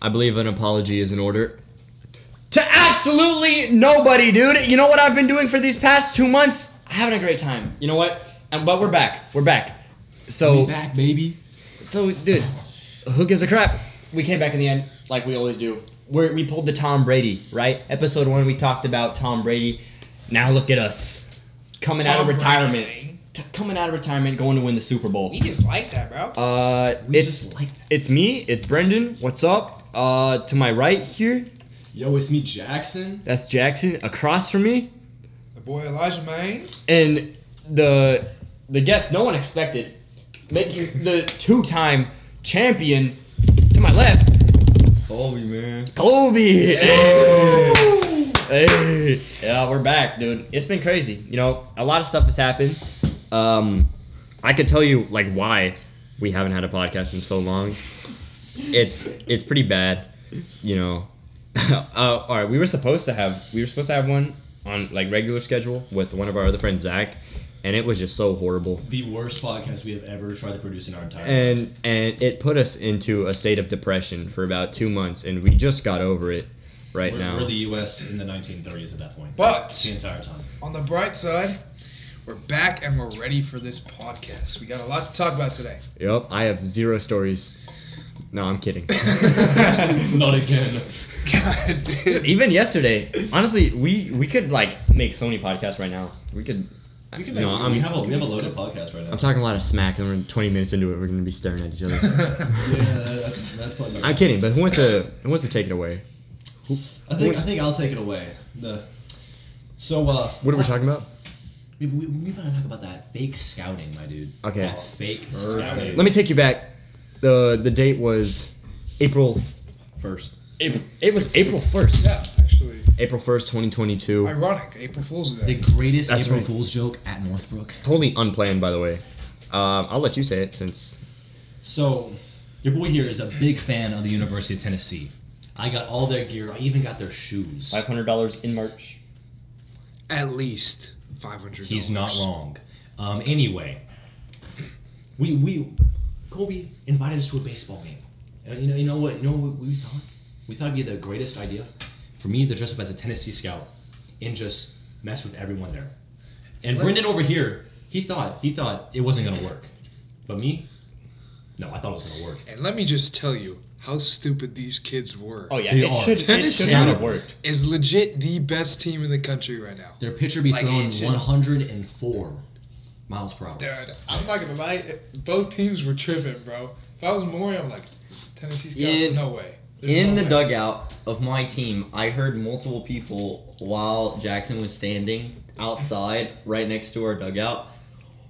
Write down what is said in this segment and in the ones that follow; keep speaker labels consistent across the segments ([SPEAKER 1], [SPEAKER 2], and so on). [SPEAKER 1] I believe an apology is in order.
[SPEAKER 2] To absolutely nobody, dude. You know what I've been doing for these past two months? Having a great time. You know what? And, but we're back. We're back. So,
[SPEAKER 3] back, baby.
[SPEAKER 2] so, dude, who gives a crap? We came back in the end, like we always do. We're, we pulled the Tom Brady, right? Episode one, we talked about Tom Brady. Now look at us, coming out of
[SPEAKER 4] Tom
[SPEAKER 2] retirement,
[SPEAKER 4] Brady.
[SPEAKER 2] T- coming out of retirement, going to win the Super Bowl.
[SPEAKER 4] We just like that, bro.
[SPEAKER 2] Uh, it's
[SPEAKER 3] just like
[SPEAKER 2] it's me, it's Brendan. What's up? Uh, to my right here,
[SPEAKER 3] Yo, it's me, Jackson.
[SPEAKER 2] that's Jackson. Across from me,
[SPEAKER 4] The boy Elijah, man.
[SPEAKER 2] and the the guest no one expected, making the two-time champion to my left,
[SPEAKER 3] Colby, man.
[SPEAKER 2] Kobe. Hey. yeah, we're back, dude. It's been crazy. You know, a lot of stuff has happened. Um, I could tell you like why we haven't had a podcast in so long. It's it's pretty bad, you know. uh, all right, we were supposed to have we were supposed to have one on like regular schedule with one of our other friends Zach, and it was just so horrible.
[SPEAKER 3] The worst podcast we have ever tried to produce in our entire
[SPEAKER 2] And and it put us into a state of depression for about two months, and we just got over it right
[SPEAKER 3] We're,
[SPEAKER 2] now.
[SPEAKER 3] we're the U.S. in the 1930s at that point.
[SPEAKER 4] But
[SPEAKER 3] the entire time.
[SPEAKER 4] on the bright side, we're back and we're ready for this podcast. We got a lot to talk about today.
[SPEAKER 2] Yep, I have zero stories. No, I'm kidding.
[SPEAKER 3] Not again.
[SPEAKER 4] God damn.
[SPEAKER 2] Even yesterday, honestly, we we could like make so many podcasts right now. We could.
[SPEAKER 3] We can
[SPEAKER 2] no,
[SPEAKER 3] make,
[SPEAKER 2] I'm,
[SPEAKER 3] we have a we have a loaded podcast right now.
[SPEAKER 2] I'm talking a lot of smack, and we're 20 minutes into it, we're gonna be staring at each other.
[SPEAKER 3] yeah, that's that's probably.
[SPEAKER 2] I'm kidding, but who wants to who wants to take it away?
[SPEAKER 3] I think I think I'll take it away. The so uh,
[SPEAKER 2] What are we talking about?
[SPEAKER 3] We, we, we gotta talk about that fake scouting, my dude.
[SPEAKER 2] Okay.
[SPEAKER 3] That fake scouting.
[SPEAKER 2] Let me take you back. the The date was April.
[SPEAKER 3] First.
[SPEAKER 2] April it was April 1st.
[SPEAKER 4] Yeah, actually,
[SPEAKER 2] April 1st, 2022.
[SPEAKER 4] ironic. April Fool's
[SPEAKER 3] The
[SPEAKER 4] Day.
[SPEAKER 3] greatest
[SPEAKER 2] That's
[SPEAKER 3] April
[SPEAKER 2] right.
[SPEAKER 3] Fool's joke at Northbrook.
[SPEAKER 2] Totally unplanned, by the way. Um, I'll let you say it since.
[SPEAKER 3] So, your boy here is a big fan of the University of Tennessee. I got all their gear. I even got their shoes.
[SPEAKER 2] $500 in March.
[SPEAKER 4] At least five hundred.
[SPEAKER 3] He's not wrong. Um, anyway, we we Kobe invited us to a baseball game. And you know you know what you know what we thought we thought it'd be the greatest idea for me to dress up as a Tennessee scout and just mess with everyone there. And Brendan over here, he thought he thought it wasn't gonna work, but me, no, I thought it was gonna work.
[SPEAKER 4] And let me just tell you how stupid these kids were.
[SPEAKER 2] Oh, yeah,
[SPEAKER 3] They are.
[SPEAKER 4] Tennessee.
[SPEAKER 2] worked.
[SPEAKER 4] Is legit the best team in the country right now.
[SPEAKER 3] Their pitcher be
[SPEAKER 4] Like,
[SPEAKER 3] throwing
[SPEAKER 4] it should-
[SPEAKER 3] 104 miles per hour.
[SPEAKER 4] Dude, I'm not gonna lie. Both teams were tripping, bro. If I was Maury, I'm like, Tennessee's got
[SPEAKER 5] In-
[SPEAKER 4] no way. There's
[SPEAKER 5] In
[SPEAKER 4] no
[SPEAKER 5] the
[SPEAKER 4] way.
[SPEAKER 5] dugout of my team, I heard multiple people while Jackson was standing outside right next to our dugout.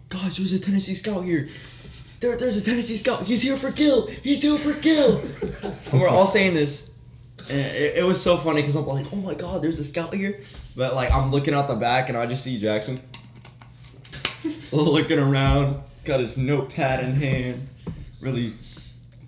[SPEAKER 5] Gosh, there's a Tennessee scout here. There, there's a Tennessee scout. He's here for kill. He's here for kill. and we're all saying this. And it, it was so funny because I'm like, oh my god, there's a scout here. But like, I'm looking out the back and I just see Jackson looking around, got his notepad in hand, really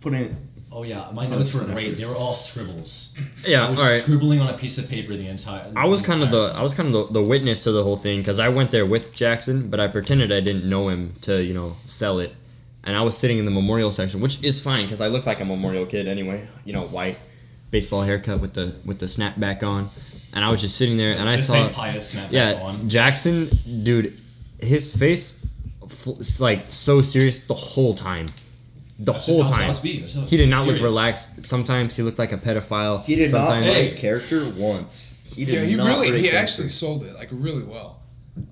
[SPEAKER 5] putting
[SPEAKER 3] Oh yeah, my notes were
[SPEAKER 5] 100%
[SPEAKER 3] great. They were all scribbles.
[SPEAKER 2] Yeah,
[SPEAKER 3] I
[SPEAKER 2] all
[SPEAKER 3] was
[SPEAKER 2] right.
[SPEAKER 3] scribbling on a piece of paper the entire.
[SPEAKER 2] I was kind of
[SPEAKER 3] entire
[SPEAKER 2] the
[SPEAKER 5] uh,
[SPEAKER 3] time.
[SPEAKER 2] I was kind of the, the witness to the whole thing because I went there with Jackson, but I pretended I didn't know him to you know sell it, and I was sitting in the memorial section, which is fine because I look like a memorial kid anyway. You know, white baseball haircut with the with the snapback on, and I was just sitting there and I
[SPEAKER 3] the
[SPEAKER 2] saw
[SPEAKER 3] St. Pius snapback
[SPEAKER 2] yeah
[SPEAKER 3] on.
[SPEAKER 2] Jackson, dude, his face fl- s- like so serious the whole time, the
[SPEAKER 3] That's just
[SPEAKER 2] whole
[SPEAKER 3] how
[SPEAKER 2] time.
[SPEAKER 3] scouts be. They're so
[SPEAKER 2] He did not look
[SPEAKER 3] serious.
[SPEAKER 2] relaxed. Sometimes he looked like a pedophile.
[SPEAKER 5] He did
[SPEAKER 2] Sometimes,
[SPEAKER 5] not play character once. He did
[SPEAKER 4] Yeah, he
[SPEAKER 5] not
[SPEAKER 4] really,
[SPEAKER 5] break
[SPEAKER 4] he
[SPEAKER 5] character.
[SPEAKER 4] actually sold it like really well.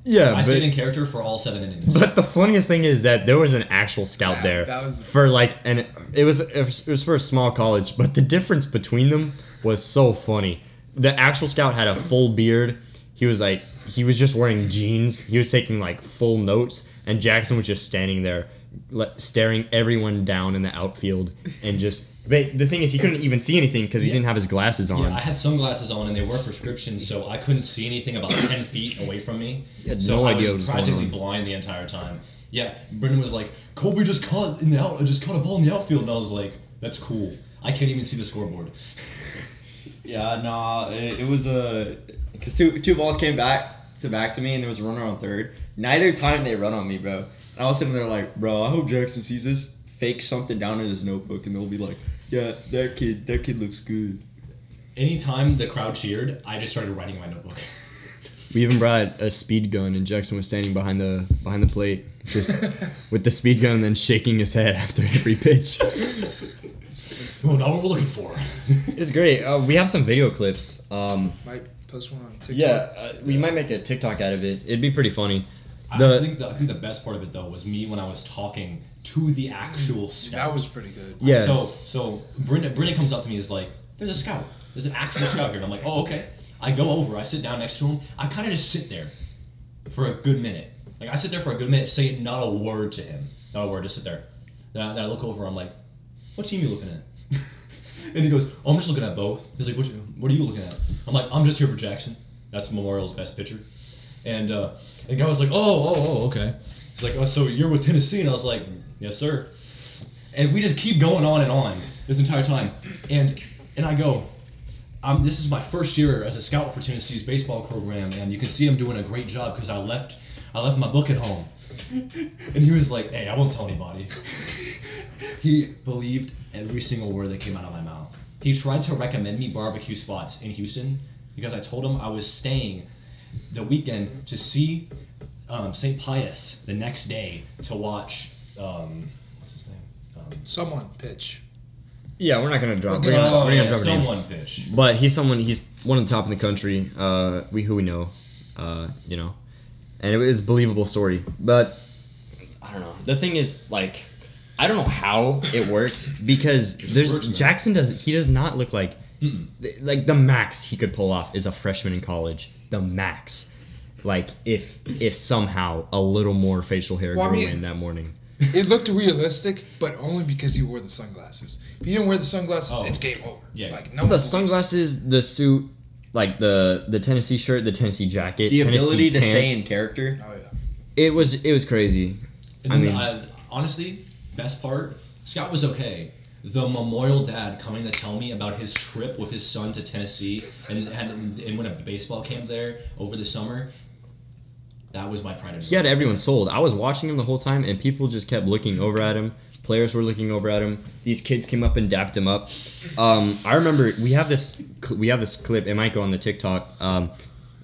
[SPEAKER 2] Yeah,
[SPEAKER 3] I
[SPEAKER 2] but-
[SPEAKER 3] stayed in character for all seven innings.
[SPEAKER 2] But the funniest thing is that there was an actual scout
[SPEAKER 4] Yeah,
[SPEAKER 2] there
[SPEAKER 4] that was-
[SPEAKER 2] for like, and it was it was for a small college, but the difference between them was so funny. The actual scout had a full beard. He was like, he was just wearing jeans. He was taking like full notes, and Jackson was just standing there, le- staring everyone down in the outfield, and just. But the thing is, he couldn't even see anything because he didn't have his glasses on.
[SPEAKER 3] I had sunglasses on and they were prescription, so I couldn't see anything about ten feet away from me.
[SPEAKER 2] had
[SPEAKER 3] so
[SPEAKER 2] no
[SPEAKER 3] I
[SPEAKER 2] idea what was
[SPEAKER 3] was
[SPEAKER 2] going
[SPEAKER 3] practically
[SPEAKER 2] on.
[SPEAKER 3] blind the entire time. Yeah, Brendan was like, "Kobe just caught in the out, just caught a ball in the outfield," and I was like, "That's cool." I can't even see the scoreboard.
[SPEAKER 5] Yeah, nah, it, it was a because two two balls came back to back to me, and there was a runner on third. Neither time they run on me, bro. And I was sitting there like, bro, I hope Jackson sees this. fake something down in his notebook, and they'll be like, "Yeah, that kid, that kid looks good."
[SPEAKER 3] Anytime the crowd cheered, I just started writing in my notebook.
[SPEAKER 2] We even brought a speed gun, and Jackson was standing behind the behind the plate, just with the speed gun, then shaking his head after every pitch.
[SPEAKER 3] well, not what we're looking for.
[SPEAKER 2] It was great. Uh, we have some video clips. Um,
[SPEAKER 4] Might post one on TikTok.
[SPEAKER 2] yeah, uh, we might make a TikTok out of it. It'd be pretty funny.
[SPEAKER 3] I
[SPEAKER 2] The-
[SPEAKER 3] think the I think the best part of it though was me when I was talking to the actual scout.
[SPEAKER 4] That was pretty good.
[SPEAKER 2] Yeah.
[SPEAKER 3] So so Brenda Brenda comes up to me is like, "There's a scout. There's an actual scout here." And I'm like, "Oh okay." I go over. I sit down next to him. I kind of just sit there for a good minute. Like I sit there for a good minute, saying not a word to him, not a word. Just sit there. Then I, then I look over. I'm like, "What team you looking at?" and he goes, oh, "I'm just looking at both." He's like, "What? You, what are you looking at?" I'm like, "I'm just here for Jackson. That's Memorial's best pitcher." And uh, and the guy was like, "Oh, oh, oh, okay." He's like, "Oh, so you're with Tennessee?" And I was like, "Yes, sir." and we just keep going on and on this entire time. And and I go, um, this is my first year as a scout for Tennessee's baseball program, and you can see I'm doing a great job because I left I left my book at home. and he was like, hey, I won't tell anybody. he believed every single word that came out of my mouth. He tried to recommend me barbecue spots in Houston because I told him I was staying the weekend to see um, St. Pius the next day to watch um, what's his name. Um,
[SPEAKER 4] Someone pitch.
[SPEAKER 2] Yeah, we're not gonna drop.
[SPEAKER 4] Okay.
[SPEAKER 2] We're gonna,
[SPEAKER 4] Oh,
[SPEAKER 2] we're gonna
[SPEAKER 3] yeah,
[SPEAKER 2] drop a name.
[SPEAKER 3] someone pitch.
[SPEAKER 2] But he's someone. He's one of the top in the country. Uh, we who we know, uh, you know, and it was a believable story. But I don't know. The thing is, like, I don't know how it worked because there's
[SPEAKER 3] works, man.
[SPEAKER 2] Jackson doesn't. He does not look like th- like the max he could pull off is a freshman in college. The max, like if if somehow a little more facial hair
[SPEAKER 4] Well, I
[SPEAKER 2] grew
[SPEAKER 4] mean-
[SPEAKER 2] in that morning.
[SPEAKER 4] It looked realistic, but only because he wore the sunglasses. If he didn't wear the sunglasses,
[SPEAKER 3] Oh.
[SPEAKER 4] it's game over.
[SPEAKER 3] Yeah.
[SPEAKER 4] Like no. one
[SPEAKER 2] The
[SPEAKER 4] believes-
[SPEAKER 2] sunglasses, the suit, like the the Tennessee shirt, the Tennessee jacket,
[SPEAKER 5] The
[SPEAKER 2] Tennessee
[SPEAKER 5] ability to
[SPEAKER 2] pants.
[SPEAKER 5] stay in character.
[SPEAKER 4] Oh yeah.
[SPEAKER 2] It was it was crazy.
[SPEAKER 3] And
[SPEAKER 2] I
[SPEAKER 3] then
[SPEAKER 2] mean,
[SPEAKER 3] I, honestly, best part, Scott was okay. The memorial dad coming to tell me about his trip with his son to Tennessee and had and went to baseball camp there over the summer. That was my pride and
[SPEAKER 2] he had everyone sold. I was watching him the whole time, and people just kept looking over at him. Players were looking over at him. These kids came up and dapped him up. Um, I remember we have this cl- we have this clip. It might go on the TikTok. Um,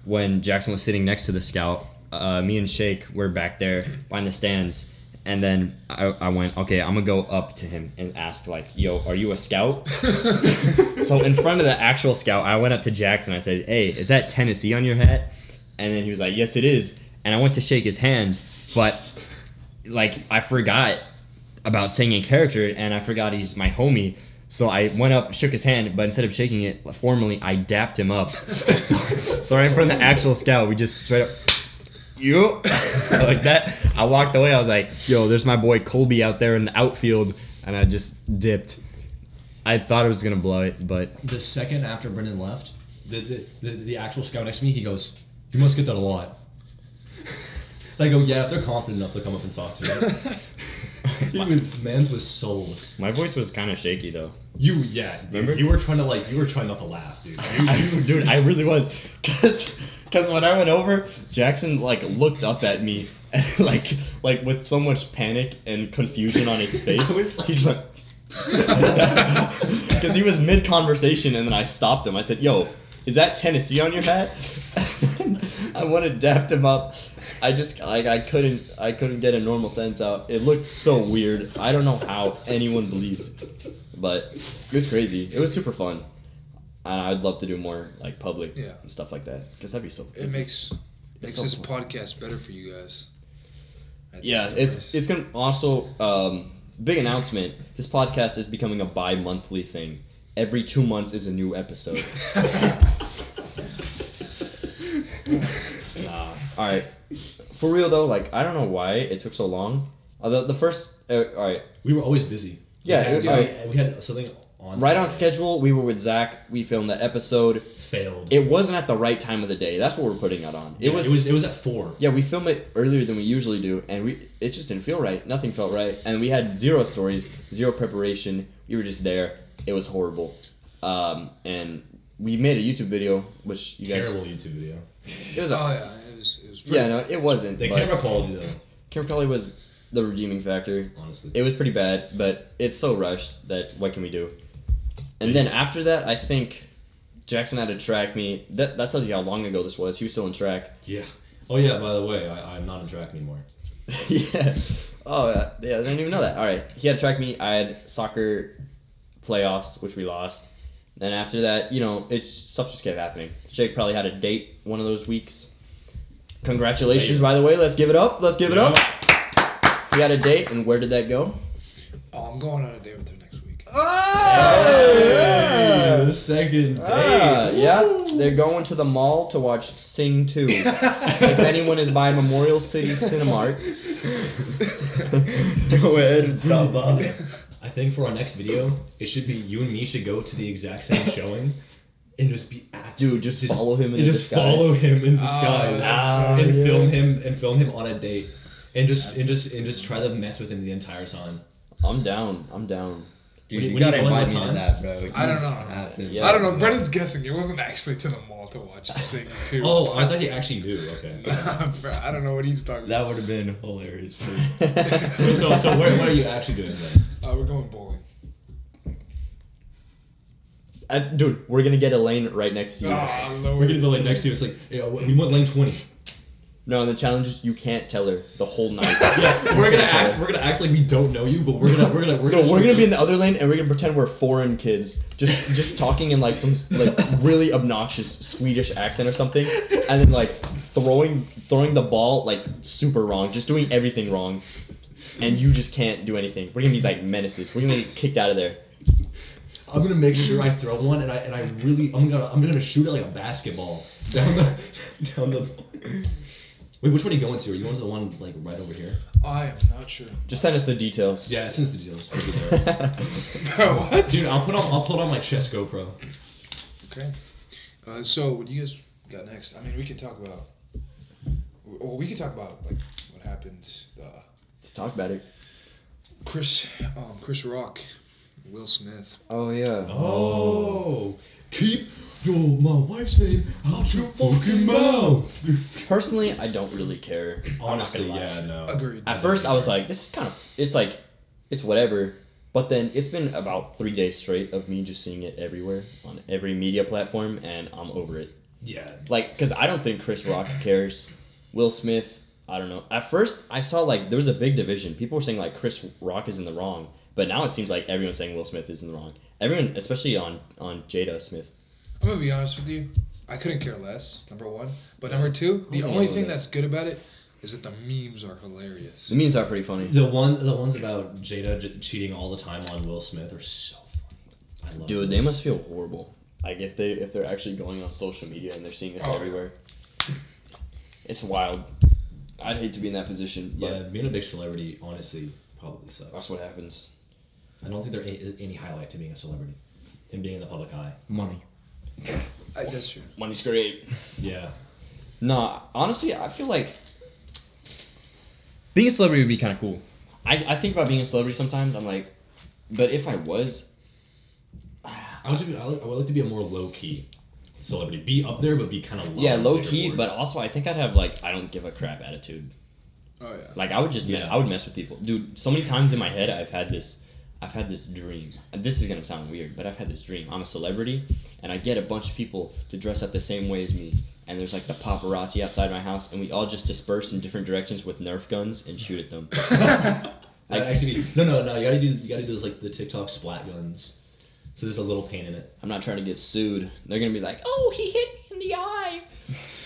[SPEAKER 2] when Jackson was sitting next to the scout, uh, me and Shake were back there behind the stands, and then I, I went, okay, I'm gonna go up to him and ask like, yo, are you a scout? so in front of the actual scout, I went up to Jackson. I said, "Hey, is that Tennessee on your hat?" And then he was like, "Yes, it is." And I went to shake his hand, but like I forgot about saying in character, and I forgot he's my homie. So I went up, shook his hand, but instead of shaking it formally, I dapped him up. so, so right in front of the actual scout, we just straight up. You like that? I walked away. I was like, "Yo, there's my boy Colby out there in the outfield," and I just dipped. I thought I was gonna blow it, but
[SPEAKER 3] The second after Brendan left, the, the, the, the actual scout next to me, he goes, You must get that a lot. I go, Yeah, if they're confident enough, they'll come up and talk to me. he was, man's was sold.
[SPEAKER 2] My voice was kind of shaky though.
[SPEAKER 3] You, yeah, dude,
[SPEAKER 2] Remember?
[SPEAKER 3] you were trying to like, you were trying not to laugh, dude. You-
[SPEAKER 2] Dude, I really was. Cause, Cause when I went over, Jackson like looked up at me like like with so much panic and confusion on his face.
[SPEAKER 3] was like-
[SPEAKER 2] he just went Cause he was mid conversation and then I stopped him. I said, Yo, is that Tennessee on your hat? I wanna daft him up. I just like I couldn't I couldn't get a normal sentence out. It looked so weird. I don't know how anyone believed. But it was crazy. It was super fun. And I'd love to do more like public
[SPEAKER 4] Yeah.
[SPEAKER 2] and stuff like that because that'd be so.
[SPEAKER 4] It makes makes
[SPEAKER 2] so
[SPEAKER 4] this
[SPEAKER 2] fun.
[SPEAKER 4] podcast better for you guys. At
[SPEAKER 2] yeah.
[SPEAKER 4] this
[SPEAKER 2] It's
[SPEAKER 4] price.
[SPEAKER 2] it's gonna also um, big announcement. This podcast is becoming a bi-monthly thing. Every two months is a new episode.
[SPEAKER 3] Nah.
[SPEAKER 2] all right, for real though, like I don't know why it took so long. Uh, the, the first uh, all right,
[SPEAKER 3] We were always busy.
[SPEAKER 2] Yeah,
[SPEAKER 3] we had,
[SPEAKER 2] it- I-
[SPEAKER 3] we had something on
[SPEAKER 2] right on
[SPEAKER 3] Saturday.
[SPEAKER 2] schedule. We were with Zach. We filmed that episode.
[SPEAKER 3] Failed.
[SPEAKER 2] It wasn't at the right time of the day. That's what we're putting out on. It
[SPEAKER 3] Yeah,
[SPEAKER 2] was
[SPEAKER 3] it was it was at four.
[SPEAKER 2] yeah, we film it earlier than we usually do, and we it just didn't feel right. Nothing felt right, and we had zero stories, zero preparation. We were just there. It was horrible, um, and we made a YouTube video, which you
[SPEAKER 3] Terrible YouTube video.
[SPEAKER 2] guys it was
[SPEAKER 4] oh
[SPEAKER 2] a,
[SPEAKER 4] yeah, it was it was pretty,
[SPEAKER 2] yeah no it wasn't.
[SPEAKER 3] The
[SPEAKER 2] but
[SPEAKER 3] camera quality though.
[SPEAKER 2] camera quality was the redeeming factor.
[SPEAKER 3] honestly.
[SPEAKER 2] It was pretty bad, but it's so rushed that what can we do? And then after that, I think Jackson had to track me. That that tells you how long ago this was. He was still in track.
[SPEAKER 3] yeah. Oh yeah. By the way, I, I'm not in track anymore.
[SPEAKER 2] yeah. Oh uh, yeah, I didn't even know that. All right, he had track meet. I had soccer playoffs, which we lost. Then after that, you know, it's stuff just kept happening. Jake probably had a date one of those weeks. Congratulations, by the way. Let's give it up. Let's give it up. He had a date, and where did that go?
[SPEAKER 4] Oh, I'm going on a date with her next week.
[SPEAKER 3] Ah! Hey, the second day.
[SPEAKER 2] Uh, yeah, they're going to the mall to watch Sing 2. if anyone is by Memorial City Cinemark,
[SPEAKER 5] Go ahead and stop
[SPEAKER 3] I think for our next video, it should be you and me should go to the exact same showing and just be absolutely
[SPEAKER 2] Dude, just follow him in
[SPEAKER 3] and just
[SPEAKER 2] disguise.
[SPEAKER 3] follow him in disguise
[SPEAKER 4] Ah,
[SPEAKER 3] and
[SPEAKER 2] yeah.
[SPEAKER 3] film him and film him on a date and just and just and just try to mess with him the entire time.
[SPEAKER 2] I'm down. I'm down.
[SPEAKER 5] Dude,
[SPEAKER 3] When-
[SPEAKER 5] you
[SPEAKER 3] when you
[SPEAKER 5] gotta
[SPEAKER 3] go in
[SPEAKER 5] invite
[SPEAKER 3] one time-
[SPEAKER 5] me to that, bro. It's
[SPEAKER 4] I don't
[SPEAKER 5] gonna
[SPEAKER 4] know.
[SPEAKER 5] happen.
[SPEAKER 2] Yeah.
[SPEAKER 4] I don't know. Brennan's guessing. It wasn't actually to the mall to watch Sing 2.
[SPEAKER 3] Oh, I thought he actually knew. Okay.
[SPEAKER 4] Bro, I don't know what he's talking
[SPEAKER 5] That would have been hilarious. For
[SPEAKER 3] so so what, what are you actually doing then?
[SPEAKER 4] about. Uh, we're going bowling.
[SPEAKER 2] That's, dude, we're gonna get a lane right next to you.
[SPEAKER 4] Ah,
[SPEAKER 3] We're
[SPEAKER 4] Lord.
[SPEAKER 3] gonna be like next to you. It's like yeah, we want lane twenty.
[SPEAKER 2] No, and the challenge is you can't tell her the whole night.
[SPEAKER 3] Yeah, we're gonna act. We're gonna act like we don't know you, but we're gonna we're gonna we're
[SPEAKER 2] No,
[SPEAKER 3] gonna,
[SPEAKER 2] we're gonna be in the other lane and we're gonna pretend we're foreign kids, just just talking in like some like really obnoxious Swedish accent or something, and then like throwing throwing the ball like super wrong, just doing everything wrong, and you just can't do anything. We're gonna be like menaces. We're gonna get kicked out of there.
[SPEAKER 3] I'm gonna make sure I throw one, and I and I really I'm gonna I'm gonna shoot it like a basketball down the down the. Wait, which one are you going to? Are you going to the one like right over here?
[SPEAKER 4] I am not sure.
[SPEAKER 2] Just send us the details.
[SPEAKER 3] Yeah, since the deals. we'll be there.
[SPEAKER 4] Bro, what?
[SPEAKER 3] Dude, I'll put on I'll put on my chest GoPro.
[SPEAKER 4] Okay. Uh, so what do you guys got next? I mean, we can talk about. Well, we can talk about like what happened. Uh,
[SPEAKER 2] Let's talk about it.
[SPEAKER 4] Chris, um, Chris Rock, Will Smith.
[SPEAKER 2] Oh yeah.
[SPEAKER 3] Oh, keep your my wife's name out your fucking mouth.
[SPEAKER 2] Personally, I don't really care.
[SPEAKER 3] Honestly,
[SPEAKER 2] I'm not gonna lie.
[SPEAKER 3] yeah, no.
[SPEAKER 4] Agreed.
[SPEAKER 2] At first, I was like, this is kind of, it's like, it's whatever. But then it's been about three days straight of me just seeing it everywhere on every media platform, and I'm over it.
[SPEAKER 3] Yeah,
[SPEAKER 2] Like, because I don't think Chris Rock cares. Will Smith, I don't know. At first, I saw like there was a big division. People were saying like Chris Rock is in the wrong, but now it seems like everyone's saying Will Smith is in the wrong. Everyone, especially on on Jada Smith.
[SPEAKER 4] I'm gonna be honest with you. I couldn't care less. Number one, but number two, the
[SPEAKER 2] Who
[SPEAKER 4] only
[SPEAKER 2] knows?
[SPEAKER 4] thing that's good about it is that the memes are hilarious.
[SPEAKER 2] The memes are pretty funny.
[SPEAKER 3] the one the ones about Jada j- cheating all the time on Will Smith are so funny. I love
[SPEAKER 2] Dude, they
[SPEAKER 3] those.
[SPEAKER 2] must feel horrible. Like if they if they're actually going on social media and they're seeing this
[SPEAKER 4] Oh.
[SPEAKER 2] everywhere. It's wild. I'd hate to be in that position, but
[SPEAKER 3] Yeah, being a big celebrity honestly probably sucks.
[SPEAKER 2] that's what happens.
[SPEAKER 3] I don't think there is any highlight to being a celebrity and being in the public eye.
[SPEAKER 2] Money.
[SPEAKER 4] I, that's true.
[SPEAKER 2] Money's great.
[SPEAKER 3] Yeah.
[SPEAKER 2] Nah, honestly, I feel like
[SPEAKER 6] Being a celebrity would be kind of cool.
[SPEAKER 2] I, I think about being a celebrity sometimes. I'm like, but if I was,
[SPEAKER 3] I would, just be, I, would, I would like to be a more low key celebrity. Be up there, but be kind of low.
[SPEAKER 2] yeah,
[SPEAKER 3] on the
[SPEAKER 2] low key.
[SPEAKER 3] leaderboard.
[SPEAKER 2] But also, I think I'd have like I don't give a crap attitude.
[SPEAKER 4] Oh yeah.
[SPEAKER 2] Like I would just,
[SPEAKER 3] Yeah.
[SPEAKER 2] I would mess with people, dude. So many times in my head, I've had this, I've had this dream. This is gonna sound weird, but I've had this dream. I'm a celebrity, and I get a bunch of people to dress up the same way as me. And there's like the paparazzi outside my house, and we all just disperse in different directions with Nerf guns and shoot at them.
[SPEAKER 3] That'd actually, be, no, no, no. You gotta do. You gotta do this like the TikTok splat guns. So there's a little pain in it.
[SPEAKER 2] I'm not trying to get sued. They're gonna be like, "Oh, he hit me in the eye."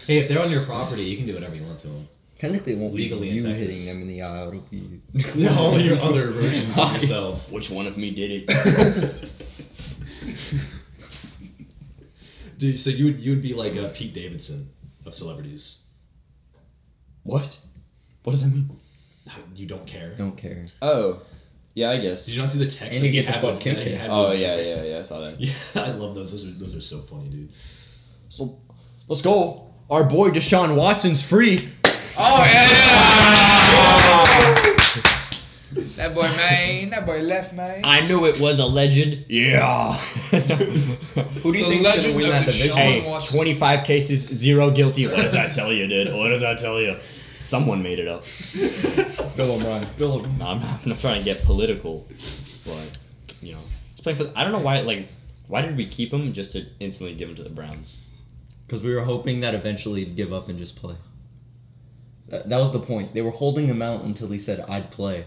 [SPEAKER 3] Hey, if they're on your property, you can do whatever you want to them.
[SPEAKER 5] Technically, it won't
[SPEAKER 3] Legally
[SPEAKER 5] be
[SPEAKER 3] in
[SPEAKER 5] you
[SPEAKER 3] Texas.
[SPEAKER 5] hitting them in the eye. It'll be
[SPEAKER 3] All your other versions of yourself.
[SPEAKER 2] Which one of me did it?
[SPEAKER 3] Dude, so you would you would be like a Pete Davidson of celebrities.
[SPEAKER 2] what? What does that mean?
[SPEAKER 3] You don't care.
[SPEAKER 5] don't care.
[SPEAKER 2] Oh, yeah, I guess.
[SPEAKER 3] Did you not see the text?
[SPEAKER 5] And you
[SPEAKER 3] that he
[SPEAKER 5] get the
[SPEAKER 3] had
[SPEAKER 5] fuck
[SPEAKER 3] with-
[SPEAKER 5] kicked
[SPEAKER 3] that he
[SPEAKER 5] in.
[SPEAKER 3] had
[SPEAKER 2] Oh
[SPEAKER 3] with-
[SPEAKER 2] yeah, yeah, yeah. I saw that.
[SPEAKER 3] Yeah, I love those. Those are those are so funny, dude.
[SPEAKER 2] So, let's go. Our boy Deshaun Watson's free.
[SPEAKER 4] Oh yeah. that boy, man. That boy left, man.
[SPEAKER 6] I knew it was a legend.
[SPEAKER 2] Yeah.
[SPEAKER 6] Who do you
[SPEAKER 4] The
[SPEAKER 6] think's
[SPEAKER 4] legend
[SPEAKER 6] gonna win
[SPEAKER 4] of
[SPEAKER 6] that division?
[SPEAKER 4] Deshaun
[SPEAKER 6] Hey,
[SPEAKER 4] Watson.
[SPEAKER 6] twenty-five cases, zero guilty. What does that tell you, dude? What does that tell you?
[SPEAKER 2] Someone made it up.
[SPEAKER 1] Bill O'Brien.
[SPEAKER 2] Bill, O'Brien- I'm not, I'm not trying to get political, but you know, he's playing for. The, I don't know why. Like, why did we keep him just to instantly give him to the Browns?
[SPEAKER 5] Because we were hoping that eventually he'd give up and just play. That, that was the point. They were holding him out until he said, I'd play.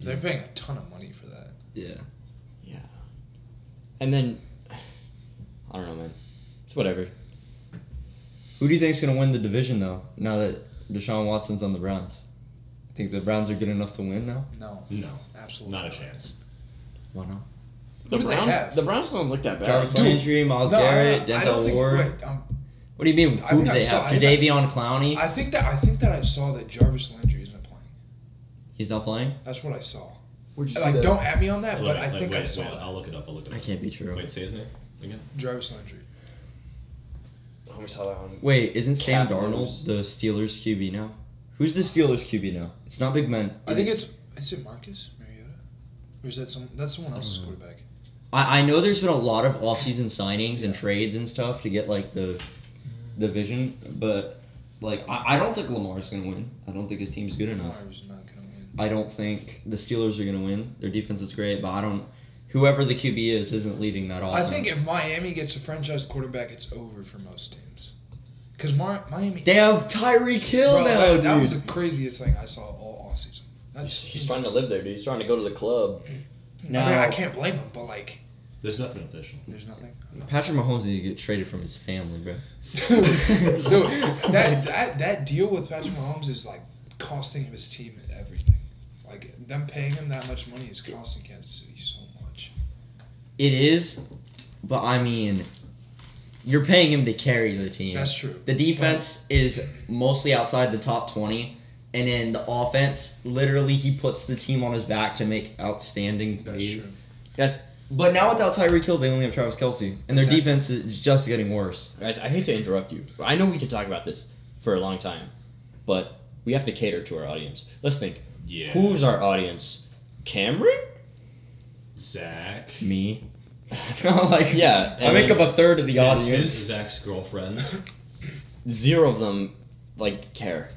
[SPEAKER 4] They're paying a ton of money for that.
[SPEAKER 5] Yeah.
[SPEAKER 2] Yeah. And then, I don't know, man. It's whatever.
[SPEAKER 5] Who do you think's going to win the division, though, now that Deshaun Watson's on the Browns? Think the Browns are good enough to win now?
[SPEAKER 4] No,
[SPEAKER 3] No,
[SPEAKER 4] absolutely
[SPEAKER 3] not a chance.
[SPEAKER 5] Why not?
[SPEAKER 4] Who
[SPEAKER 7] The
[SPEAKER 4] do they
[SPEAKER 7] Browns,
[SPEAKER 4] have?
[SPEAKER 7] the Browns don't look that bad.
[SPEAKER 5] Jarvis Landry, Miles
[SPEAKER 4] Uh, No, I-
[SPEAKER 5] Garrett,
[SPEAKER 4] I, don't
[SPEAKER 5] Denzel
[SPEAKER 4] think.
[SPEAKER 5] Ward.
[SPEAKER 4] Wait, um,
[SPEAKER 5] What do you mean?
[SPEAKER 4] I
[SPEAKER 5] Who
[SPEAKER 4] think
[SPEAKER 5] do
[SPEAKER 4] I
[SPEAKER 5] they
[SPEAKER 4] saw-
[SPEAKER 5] have?
[SPEAKER 4] I think I-
[SPEAKER 5] Jadavion Clowney?
[SPEAKER 4] I think that I think that I saw that Jarvis Landry isn't playing.
[SPEAKER 5] He's not playing?
[SPEAKER 4] That's what I saw.
[SPEAKER 7] Where'd you see
[SPEAKER 4] Like,
[SPEAKER 7] that?
[SPEAKER 4] don't at me on that, but
[SPEAKER 3] Wait,
[SPEAKER 4] I
[SPEAKER 3] wait,
[SPEAKER 4] think
[SPEAKER 3] wait,
[SPEAKER 4] I saw
[SPEAKER 3] wait,
[SPEAKER 4] that.
[SPEAKER 3] I'll look it up. I'll look it up.
[SPEAKER 5] That can't be true.
[SPEAKER 3] Wait, say his name again.
[SPEAKER 4] Jarvis Landry.
[SPEAKER 7] Oh, we saw that one.
[SPEAKER 5] Wait, isn't Sam
[SPEAKER 2] Cap
[SPEAKER 5] Darnold
[SPEAKER 2] moves.
[SPEAKER 5] the Steelers QB now? Who's the Steelers QB now? It's not Big Ben.
[SPEAKER 4] I think it's is it Marcus Mariota, or is that some that's someone else's
[SPEAKER 5] Mm-hmm.
[SPEAKER 4] quarterback?
[SPEAKER 5] I, I know there's been a lot of offseason signings and trades and stuff to get like the division, but like I, I don't think Lamar's gonna win. I don't think his team's good enough.
[SPEAKER 4] Lamar's not gonna win.
[SPEAKER 5] I don't think the Steelers are gonna win. Their defense is great, but I don't. Whoever the QB is isn't leading that
[SPEAKER 4] I
[SPEAKER 5] offense.
[SPEAKER 4] think if Miami gets a franchise quarterback, it's over for most teams. Because Mar- Miami,
[SPEAKER 5] they have Tyreek Hill
[SPEAKER 4] Bro,
[SPEAKER 5] now,
[SPEAKER 4] that,
[SPEAKER 5] dude.
[SPEAKER 4] that was the craziest thing I saw all offseason. That's
[SPEAKER 7] He's trying to live there, dude. He's trying to go to the club.
[SPEAKER 4] I, mean,
[SPEAKER 5] now
[SPEAKER 4] I can't blame him, but like,
[SPEAKER 3] There's nothing official.
[SPEAKER 4] there's nothing.
[SPEAKER 5] Patrick Mahomes needs to get traded from his family, bro.
[SPEAKER 4] Dude, that, that that deal with Patrick Mahomes is like costing his team everything. Like them paying him that much money is costing Kansas City so much.
[SPEAKER 5] It is, but I mean, you're paying him to carry the team.
[SPEAKER 4] That's true.
[SPEAKER 5] The defense is mostly outside the top 20. And then the offense, literally, he puts the team on his back to make outstanding
[SPEAKER 4] That's
[SPEAKER 5] plays.
[SPEAKER 4] true.
[SPEAKER 5] Yes. But now without Tyreek Hill, they only have Travis Kelsey. And their
[SPEAKER 4] Exactly.
[SPEAKER 5] defense is just getting worse.
[SPEAKER 2] Guys, I hate to interrupt you. but I know we can talk about this for a long time, but we have to cater to our audience. Let's think.
[SPEAKER 3] Yeah.
[SPEAKER 2] Who's our audience? Cameron?
[SPEAKER 3] Zach.
[SPEAKER 5] Me. like,
[SPEAKER 2] Yeah,
[SPEAKER 5] I
[SPEAKER 2] I
[SPEAKER 5] make
[SPEAKER 2] mean-
[SPEAKER 5] up a third of the
[SPEAKER 3] His-
[SPEAKER 5] audience.
[SPEAKER 3] Zach's girlfriend.
[SPEAKER 2] Zero of them like care.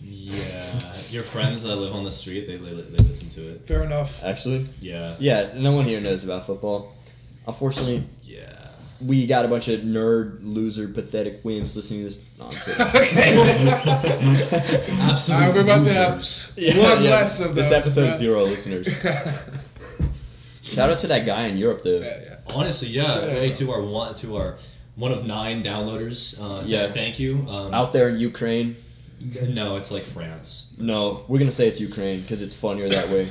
[SPEAKER 3] yeah. Your friends that live on the street, they, they, they listen to it.
[SPEAKER 4] Fair enough.
[SPEAKER 2] Actually.
[SPEAKER 3] Yeah.
[SPEAKER 2] Yeah, no one here knows about football. Unfortunately,
[SPEAKER 3] Yeah.
[SPEAKER 2] we got a bunch of nerd, loser, pathetic whims listening to this. No, I'm kidding.
[SPEAKER 4] okay.
[SPEAKER 3] Absolutely.
[SPEAKER 4] Alright, we're about to have-
[SPEAKER 2] Yeah,
[SPEAKER 4] One
[SPEAKER 2] yeah,
[SPEAKER 4] less of
[SPEAKER 2] This
[SPEAKER 4] those,
[SPEAKER 2] episode
[SPEAKER 4] man.
[SPEAKER 2] zero listeners. Shout out to that guy in Europe, though.
[SPEAKER 4] yeah, yeah.
[SPEAKER 3] Honestly, yeah.
[SPEAKER 4] Sure.
[SPEAKER 3] Hey, to our one, to our one of nine downloaders. Uh, yeah.
[SPEAKER 2] Yeah.
[SPEAKER 3] Thank you. Um,
[SPEAKER 2] Out there in Ukraine.
[SPEAKER 3] No, it's like France.
[SPEAKER 2] No, we're gonna say it's Ukraine because it's funnier that way.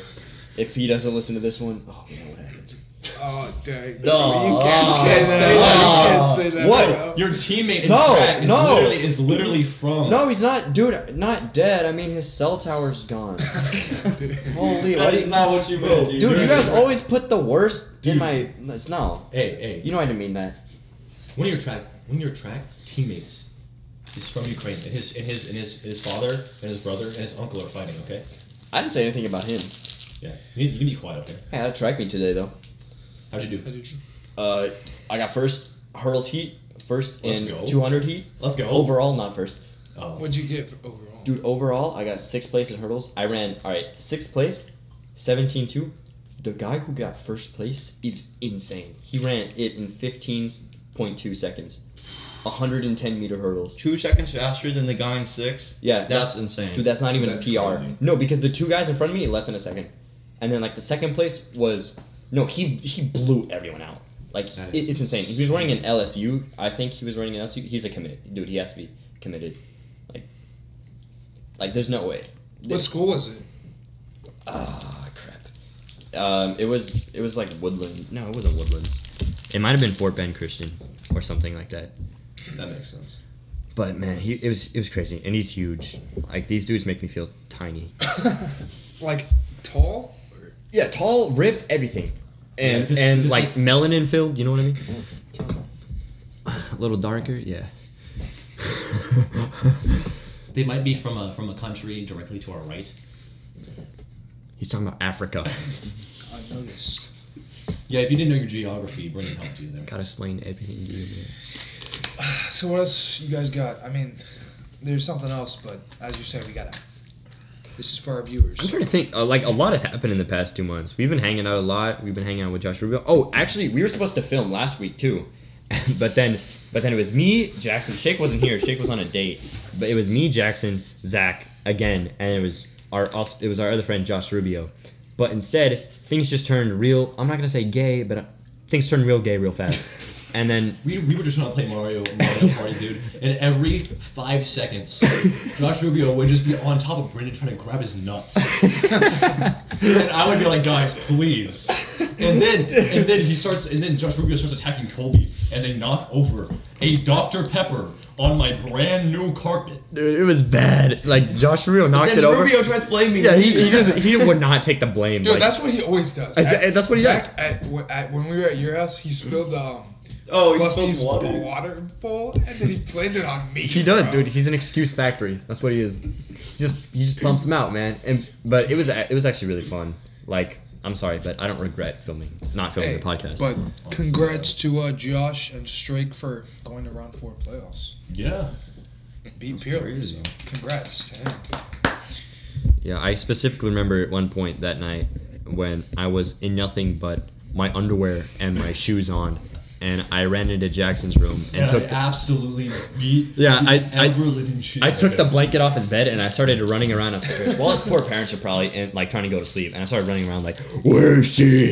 [SPEAKER 2] if he doesn't listen to this one, oh man, what happened?
[SPEAKER 4] Oh, dang.
[SPEAKER 5] Duh.
[SPEAKER 4] Oh. you can't say that.
[SPEAKER 2] Duh.
[SPEAKER 4] you can't say that.
[SPEAKER 2] What?
[SPEAKER 4] bro.
[SPEAKER 3] Your teammate in
[SPEAKER 2] No,
[SPEAKER 3] track is
[SPEAKER 2] no.
[SPEAKER 3] literally is literally from.
[SPEAKER 2] No, he's not, dude. Not dead. I mean, his cell tower's gone. Holy, why do you-
[SPEAKER 5] not what you
[SPEAKER 3] meant,
[SPEAKER 2] dude, you guys always put the worst in my. It's no.
[SPEAKER 3] Hey, hey.
[SPEAKER 2] You know I didn't mean that.
[SPEAKER 3] One of your track, one of your track teammates is from Ukraine, and his and his and his his father and his brother and his uncle are fighting. Okay,
[SPEAKER 2] I didn't say anything about him.
[SPEAKER 3] yeah, you need, you need to be quiet. Okay,
[SPEAKER 2] Hey, that tracked me today though.
[SPEAKER 3] how'd you do?
[SPEAKER 2] Uh, I got first hurdles heat, first
[SPEAKER 3] Let's
[SPEAKER 2] in
[SPEAKER 3] go.
[SPEAKER 2] 200 heat.
[SPEAKER 3] Let's go.
[SPEAKER 2] Overall, not first.
[SPEAKER 3] Oh,
[SPEAKER 4] What'd you give overall?
[SPEAKER 2] Dude, overall, I got sixth place in hurdles. I ran, all right, sixth place, 17 2. The guy who got first place is insane. He ran it in 15.2 seconds. 110 meter hurdles.
[SPEAKER 5] Two seconds faster than the guy in six.
[SPEAKER 2] Yeah,
[SPEAKER 5] That's insane.
[SPEAKER 2] Dude, that's not even
[SPEAKER 3] That's
[SPEAKER 2] a PR.
[SPEAKER 3] crazy.
[SPEAKER 2] No, because the two guys in front of me, less than a second. And then, like, the second place was, no, he he blew everyone out. Like,
[SPEAKER 3] That
[SPEAKER 2] it-
[SPEAKER 3] is
[SPEAKER 2] it's insane. He was running an LSU. I think he was running an LSU. He's a commit. Dude, he has to be committed. Like, like there's no way.
[SPEAKER 4] What school was it?
[SPEAKER 2] Ah, crap. Um, it was it was like Woodland. No, it wasn't Woodlands. It might have been Fort Bend Christian or something like that.
[SPEAKER 3] that makes sense.
[SPEAKER 2] But man, he it was it was crazy, and he's huge. Like these dudes make me feel tiny.
[SPEAKER 4] Like tall? Or-
[SPEAKER 2] Yeah, tall, ripped, everything, and
[SPEAKER 3] Yeah, this-
[SPEAKER 2] and
[SPEAKER 3] this
[SPEAKER 2] like
[SPEAKER 3] is-
[SPEAKER 2] melanin filled. You know what I mean? A little darker, yeah.
[SPEAKER 3] They might be from a from a country directly to our right.
[SPEAKER 2] He's talking about Africa.
[SPEAKER 4] I noticed.
[SPEAKER 3] Yeah, if you didn't know your geography, Brendan helped you there.
[SPEAKER 2] Gotta explain everything, dude.
[SPEAKER 4] So what else you guys got? I mean, there's something else, but as you said, we gotta. This is for our viewers.
[SPEAKER 2] I'm trying to think. Uh, like a lot has happened in the past two months. We've been hanging out a lot. We've been hanging out with Josh Rubio. Oh, actually, we were supposed to film last week too, but then, but then it was me, Jackson. Shake wasn't here. Shake was on a date, but it was me, Jackson, Zach again, and it was our us- it was our other friend Josh Rubio. But instead, things just turned real. I'm not gonna say gay, but uh, things turned real gay real fast. And then
[SPEAKER 3] We, we were just trying to play Mario Mario Party, dude. And every five seconds, Josh Rubio would just be on top of Brendan trying to grab his nuts. and I would be like, guys, please. And then and then he starts and then Josh Rubio starts attacking Colby and they knock over a Dr. Pepper on my brand new carpet.
[SPEAKER 2] Dude, it was bad. Like Josh Rubio knocked
[SPEAKER 5] Then
[SPEAKER 2] it over.
[SPEAKER 5] Rubio tries to blame me.
[SPEAKER 2] Yeah, he, he doesn't. He would not take the blame.
[SPEAKER 4] Dude,
[SPEAKER 2] like-
[SPEAKER 4] that's what he always does.
[SPEAKER 2] I- I- that's what he
[SPEAKER 4] back
[SPEAKER 2] does.
[SPEAKER 4] At, wh- at, when we were at your house, he spilled um,
[SPEAKER 5] Oh, he
[SPEAKER 4] Fluffy's
[SPEAKER 5] spilled water.
[SPEAKER 4] water bowl, and then he blamed it on me.
[SPEAKER 2] He does,
[SPEAKER 4] bro.
[SPEAKER 2] dude. He's an excuse factory. That's what he is. He just he just pumps them out, man. And but it was it was actually really fun. Like I'm sorry, but I don't regret filming, not filming
[SPEAKER 4] Hey,
[SPEAKER 2] the podcast.
[SPEAKER 4] But congrats to uh, Josh and Strake for going to round four playoffs.
[SPEAKER 3] Yeah.
[SPEAKER 4] Beat Peerless. Congrats to him.
[SPEAKER 2] yeah, I specifically remember at one point that night when I was in nothing but my underwear and my shoes on, and I ran into Jackson's room and
[SPEAKER 3] And
[SPEAKER 2] took.
[SPEAKER 3] I
[SPEAKER 2] The,
[SPEAKER 3] absolutely beat
[SPEAKER 2] Yeah, I-
[SPEAKER 3] the
[SPEAKER 2] I-
[SPEAKER 3] ever living shit.
[SPEAKER 2] I
[SPEAKER 3] out
[SPEAKER 2] took
[SPEAKER 3] of
[SPEAKER 2] the
[SPEAKER 3] him.
[SPEAKER 2] blanket off his bed and I started running around upstairs. Well, his poor parents are probably in, like trying to go to sleep, and I started running around like, "Where is she?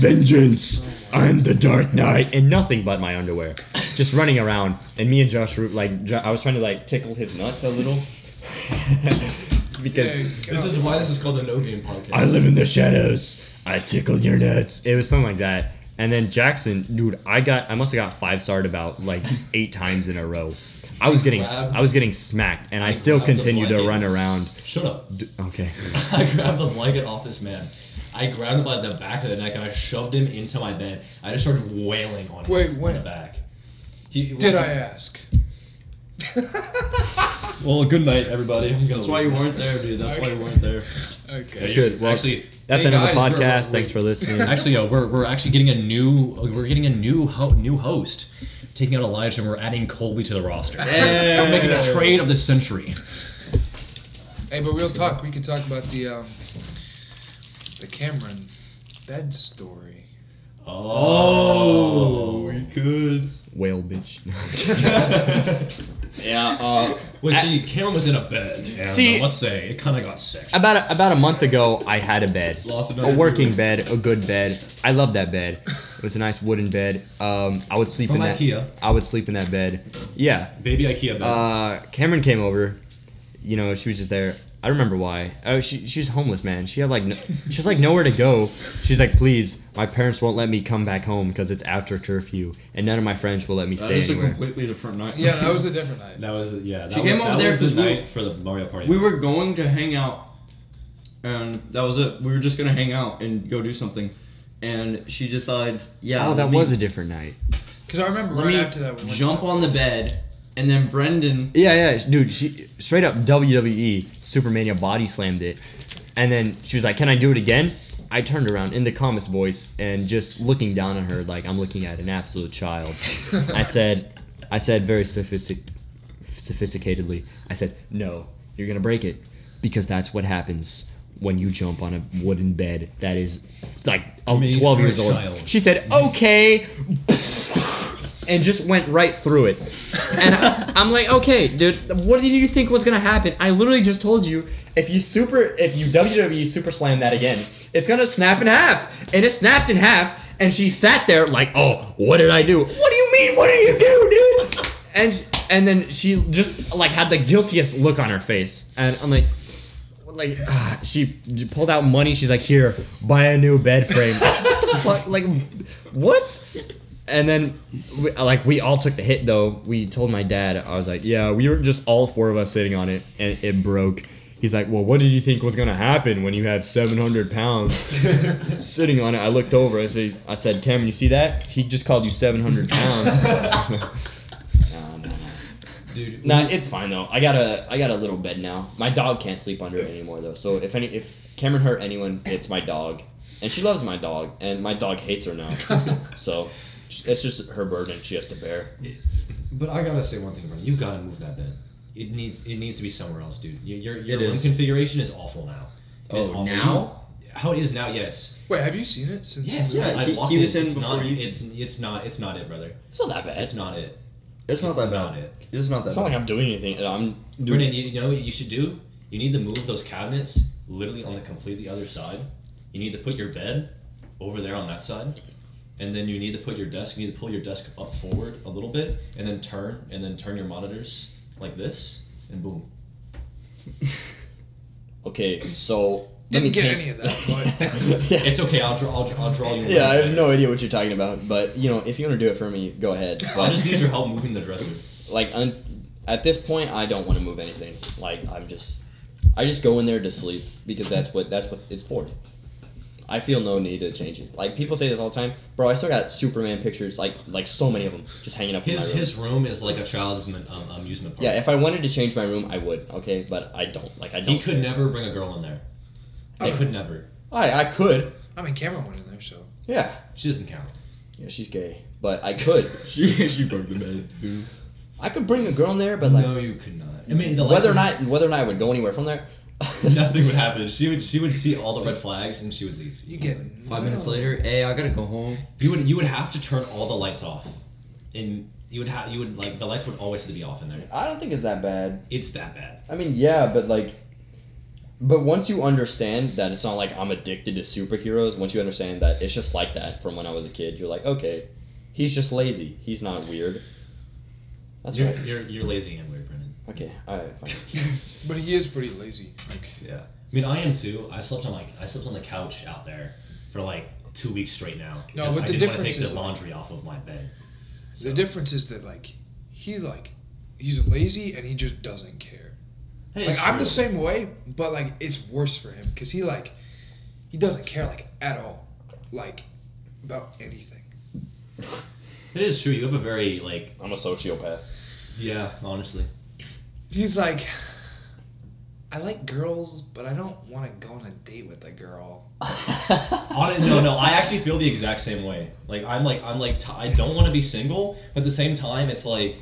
[SPEAKER 2] Vengeance! I'm the Dark Knight!" And nothing but my underwear, just running around. And me and Josh, Ru- like, Jo- I was trying to like tickle his nuts a little because
[SPEAKER 4] Hey,
[SPEAKER 3] This is why this is called the No Game Podcast.
[SPEAKER 2] I live in the shadows. I tickle your nuts. It was something like that. And then Jackson, dude, I got I must have got five starred about like eight times in a row. I was getting
[SPEAKER 3] Grab-
[SPEAKER 2] I was getting smacked, and I
[SPEAKER 3] I
[SPEAKER 2] still
[SPEAKER 3] grabbed the
[SPEAKER 2] continued to
[SPEAKER 3] blanket.
[SPEAKER 2] run around.
[SPEAKER 3] Shut up.
[SPEAKER 2] D- Okay.
[SPEAKER 3] I grabbed the blanket off this man. I grabbed him by the back of the neck and I shoved him into my bed. I just started wailing on him.
[SPEAKER 4] Wait,
[SPEAKER 3] in
[SPEAKER 4] when?
[SPEAKER 3] The back. He,
[SPEAKER 4] Did I ask?
[SPEAKER 3] Well, good night, everybody. I'm gonna
[SPEAKER 5] That's why you weren't there, dude. That's why you weren't there.
[SPEAKER 4] Okay.
[SPEAKER 3] That's
[SPEAKER 2] good. Well,
[SPEAKER 3] actually,
[SPEAKER 2] That's
[SPEAKER 3] hey,
[SPEAKER 2] the end of the
[SPEAKER 3] guys, we're-
[SPEAKER 2] podcast.
[SPEAKER 3] we're-
[SPEAKER 2] Thanks for listening.
[SPEAKER 3] Actually, uh, we're, we're actually getting a new we're getting a new ho- new host, taking out Elijah, and we're adding Colby to the roster. We're making a trade of the century.
[SPEAKER 4] Hey, but real talk, we could talk about the um, the Cameron bed story.
[SPEAKER 5] Oh, we could.
[SPEAKER 2] Whale bitch.
[SPEAKER 5] Yeah. Uh,
[SPEAKER 3] Wait, see, Cameron was in a bed. And,
[SPEAKER 2] See-
[SPEAKER 3] uh, let's say it kind of got sexual.
[SPEAKER 2] about a, about a month ago, I had a bed,
[SPEAKER 5] Lost another
[SPEAKER 2] a working bed, a good bed. I love that bed. It was a nice wooden bed. Um, I would sleep
[SPEAKER 3] From
[SPEAKER 2] in that.
[SPEAKER 3] IKEA.
[SPEAKER 2] I would sleep in that bed. Yeah.
[SPEAKER 3] Baby IKEA bed.
[SPEAKER 2] Uh, Cameron came over. You know, she was just there. I remember why. Oh, she she was homeless, man. She had like no, she was like nowhere to go. She's like, please, my parents won't let me come back home because it's after curfew, and none of my friends will let me
[SPEAKER 5] that
[SPEAKER 2] stay
[SPEAKER 5] is a
[SPEAKER 2] anywhere.
[SPEAKER 5] completely different night.
[SPEAKER 4] Yeah, that was a different night.
[SPEAKER 3] That was yeah. That
[SPEAKER 5] She
[SPEAKER 3] was,
[SPEAKER 5] came over
[SPEAKER 3] that
[SPEAKER 5] there
[SPEAKER 3] was the
[SPEAKER 5] 'cause we-
[SPEAKER 3] night for the Mario Party.
[SPEAKER 5] We were going to hang out, and that was it. We were just gonna hang out and go do something, and she decides, yeah.
[SPEAKER 2] oh,
[SPEAKER 5] let
[SPEAKER 2] that
[SPEAKER 5] me-
[SPEAKER 2] was a different night.
[SPEAKER 4] Because I remember
[SPEAKER 5] Let
[SPEAKER 4] right
[SPEAKER 5] me
[SPEAKER 4] after that, we went to
[SPEAKER 5] jump
[SPEAKER 4] that
[SPEAKER 5] on the
[SPEAKER 4] place.
[SPEAKER 5] bed, and then Brendan.
[SPEAKER 2] Yeah, yeah, sh- dude. She straight up WWE Supermania body slammed it, and then she was like, "Can I do it again?" I turned around in the calmest voice and just looking down at her like I'm looking at an absolute child. I said, I said very sophistic, sophisticatedly. I said, "No, you're gonna break it, because that's what happens." When you jump on a wooden bed that is like a
[SPEAKER 3] Made
[SPEAKER 2] 12
[SPEAKER 3] for a
[SPEAKER 2] years old,
[SPEAKER 3] child.
[SPEAKER 2] she said, "Okay," and just went right through it. And I, I'm like, okay, dude, what did you think was gonna happen? I literally just told you if you super if you WWE super slam that again, it's gonna snap in half. And it snapped in half, and she sat there like, oh, what did I do? What do you mean? What did you do, dude? And and then she just like had the guiltiest look on her face, and I'm like. Like ah, she pulled out money. She's like, "Here, buy a new bed frame." what the fuck? Like, what? And then, we, like, we all took the hit though. We told my dad, I was like, yeah, we were just all four of us sitting on it, and it broke. He's like, well, what did you think was gonna happen when you have 700 pounds sitting on it? I looked over, I said, I said, Cameron, you see that? He just called you 700 pounds. no, no,
[SPEAKER 3] dude.
[SPEAKER 2] no. Nah, it's fine though. I got a, I got a little bed now. My dog can't sleep under it anymore though. So if any, if Cameron hurt anyone, it's my dog, and she loves my dog, and my dog hates her now. so. It's just her burden she has to bear.
[SPEAKER 3] But I gotta say one thing, bro. You gotta move that bed. It needs it needs to be somewhere else, dude. Your your, your
[SPEAKER 5] It
[SPEAKER 3] room
[SPEAKER 5] is.
[SPEAKER 3] configuration is awful now. It is
[SPEAKER 5] Oh,
[SPEAKER 3] awful.
[SPEAKER 5] now?
[SPEAKER 3] You- how it is now? Yes.
[SPEAKER 4] Wait, have you seen it since? you
[SPEAKER 3] Yes.
[SPEAKER 4] moved?
[SPEAKER 5] yeah,
[SPEAKER 3] I, I
[SPEAKER 5] he-
[SPEAKER 3] walked
[SPEAKER 5] he
[SPEAKER 3] in.
[SPEAKER 5] was in
[SPEAKER 3] it's
[SPEAKER 5] before
[SPEAKER 3] not.
[SPEAKER 5] you-
[SPEAKER 3] It's it's not. It's not it, brother.
[SPEAKER 7] It's not that bad.
[SPEAKER 3] It's not it.
[SPEAKER 5] It's not
[SPEAKER 3] It's
[SPEAKER 5] that
[SPEAKER 3] not
[SPEAKER 5] bad.
[SPEAKER 3] it.
[SPEAKER 5] It's not that
[SPEAKER 2] It's
[SPEAKER 5] bad.
[SPEAKER 2] not like I'm doing anything. and I'm doing.
[SPEAKER 3] Brennan, you, you know what you should do? You need to move those cabinets literally on the completely other side. You need to put your bed over there on that side. And then you need to put your desk, you need to pull your desk up forward a little bit and then turn and then turn your monitors like this and boom.
[SPEAKER 2] Okay, so let me
[SPEAKER 4] Didn't get
[SPEAKER 2] paint-
[SPEAKER 4] any of that,
[SPEAKER 3] It's okay, I'll draw I'll, draw- I'll draw you. a
[SPEAKER 2] Yeah, I have
[SPEAKER 3] better.
[SPEAKER 2] no idea what you're talking about, but you know, if you want to do it for me, go ahead.
[SPEAKER 3] I
[SPEAKER 2] But
[SPEAKER 3] just need your help moving the dresser.
[SPEAKER 2] like, un- at this point, I don't want to move anything. Like, I'm just, I just go in there to sleep because that's what that's what it's for. I feel no need to change it. Like people say this all the time, bro. I still got Superman pictures, like like so many of them, just hanging up in my
[SPEAKER 3] His
[SPEAKER 2] room.
[SPEAKER 3] his room is like a child's am- um, amusement park.
[SPEAKER 2] yeah, if I wanted to change my room, I would. Okay, but I don't. Like I don't.
[SPEAKER 3] he could never bring a girl in there. They
[SPEAKER 4] Okay.
[SPEAKER 3] could never.
[SPEAKER 2] I I could.
[SPEAKER 4] but I mean, Cameron went in there, so
[SPEAKER 2] Yeah.
[SPEAKER 3] She doesn't count.
[SPEAKER 2] Yeah, she's gay, but I could.
[SPEAKER 5] she, she broke the bed, dude.
[SPEAKER 2] I could bring a girl in there, but like
[SPEAKER 3] no, you could not. I mean, the last
[SPEAKER 2] whether or
[SPEAKER 3] time-
[SPEAKER 2] not whether or not I would go anywhere from there.
[SPEAKER 3] nothing would happen. She would she would see all the red flags and she would leave.
[SPEAKER 4] you get
[SPEAKER 5] Five minutes later, hey, I gotta go home.
[SPEAKER 3] You would you would have to turn all the lights off, and you would have you would like the lights would always have to be off in there.
[SPEAKER 2] I don't think it's that bad.
[SPEAKER 3] It's that bad.
[SPEAKER 2] I mean, yeah, but like, but once you understand that it's not like I'm addicted to superheroes. Once you understand that it's just like that from when I was a kid, you're like, okay, he's just lazy. He's not weird. That's
[SPEAKER 3] you're,
[SPEAKER 2] right.
[SPEAKER 3] you're you're lazy and weird, Brendan.
[SPEAKER 2] Okay, all right, fine.
[SPEAKER 4] But he is pretty lazy. Like,
[SPEAKER 3] Yeah. I mean, I am too. I slept on like I slept on the couch out there for like two weeks straight now
[SPEAKER 4] No,
[SPEAKER 3] because
[SPEAKER 4] but
[SPEAKER 3] I
[SPEAKER 4] the
[SPEAKER 3] didn't want to
[SPEAKER 4] difference
[SPEAKER 3] take the
[SPEAKER 4] is, like-
[SPEAKER 3] laundry off of my bed.
[SPEAKER 4] the difference is that like he like he's lazy and he just doesn't care.
[SPEAKER 3] Hey,
[SPEAKER 4] Like
[SPEAKER 3] it's
[SPEAKER 4] I'm the
[SPEAKER 3] true.
[SPEAKER 4] same way, but like it's worse for him because he like he doesn't care like at all, like about anything.
[SPEAKER 3] It is true. You have a very like
[SPEAKER 2] I'm a sociopath.
[SPEAKER 3] yeah, honestly.
[SPEAKER 4] He's like, I like girls, but I don't want to go on a date with a girl.
[SPEAKER 3] On it, no, no. I actually feel the exact same way. Like I'm like I'm like t- I don't want to be single, but at the same time, it's like,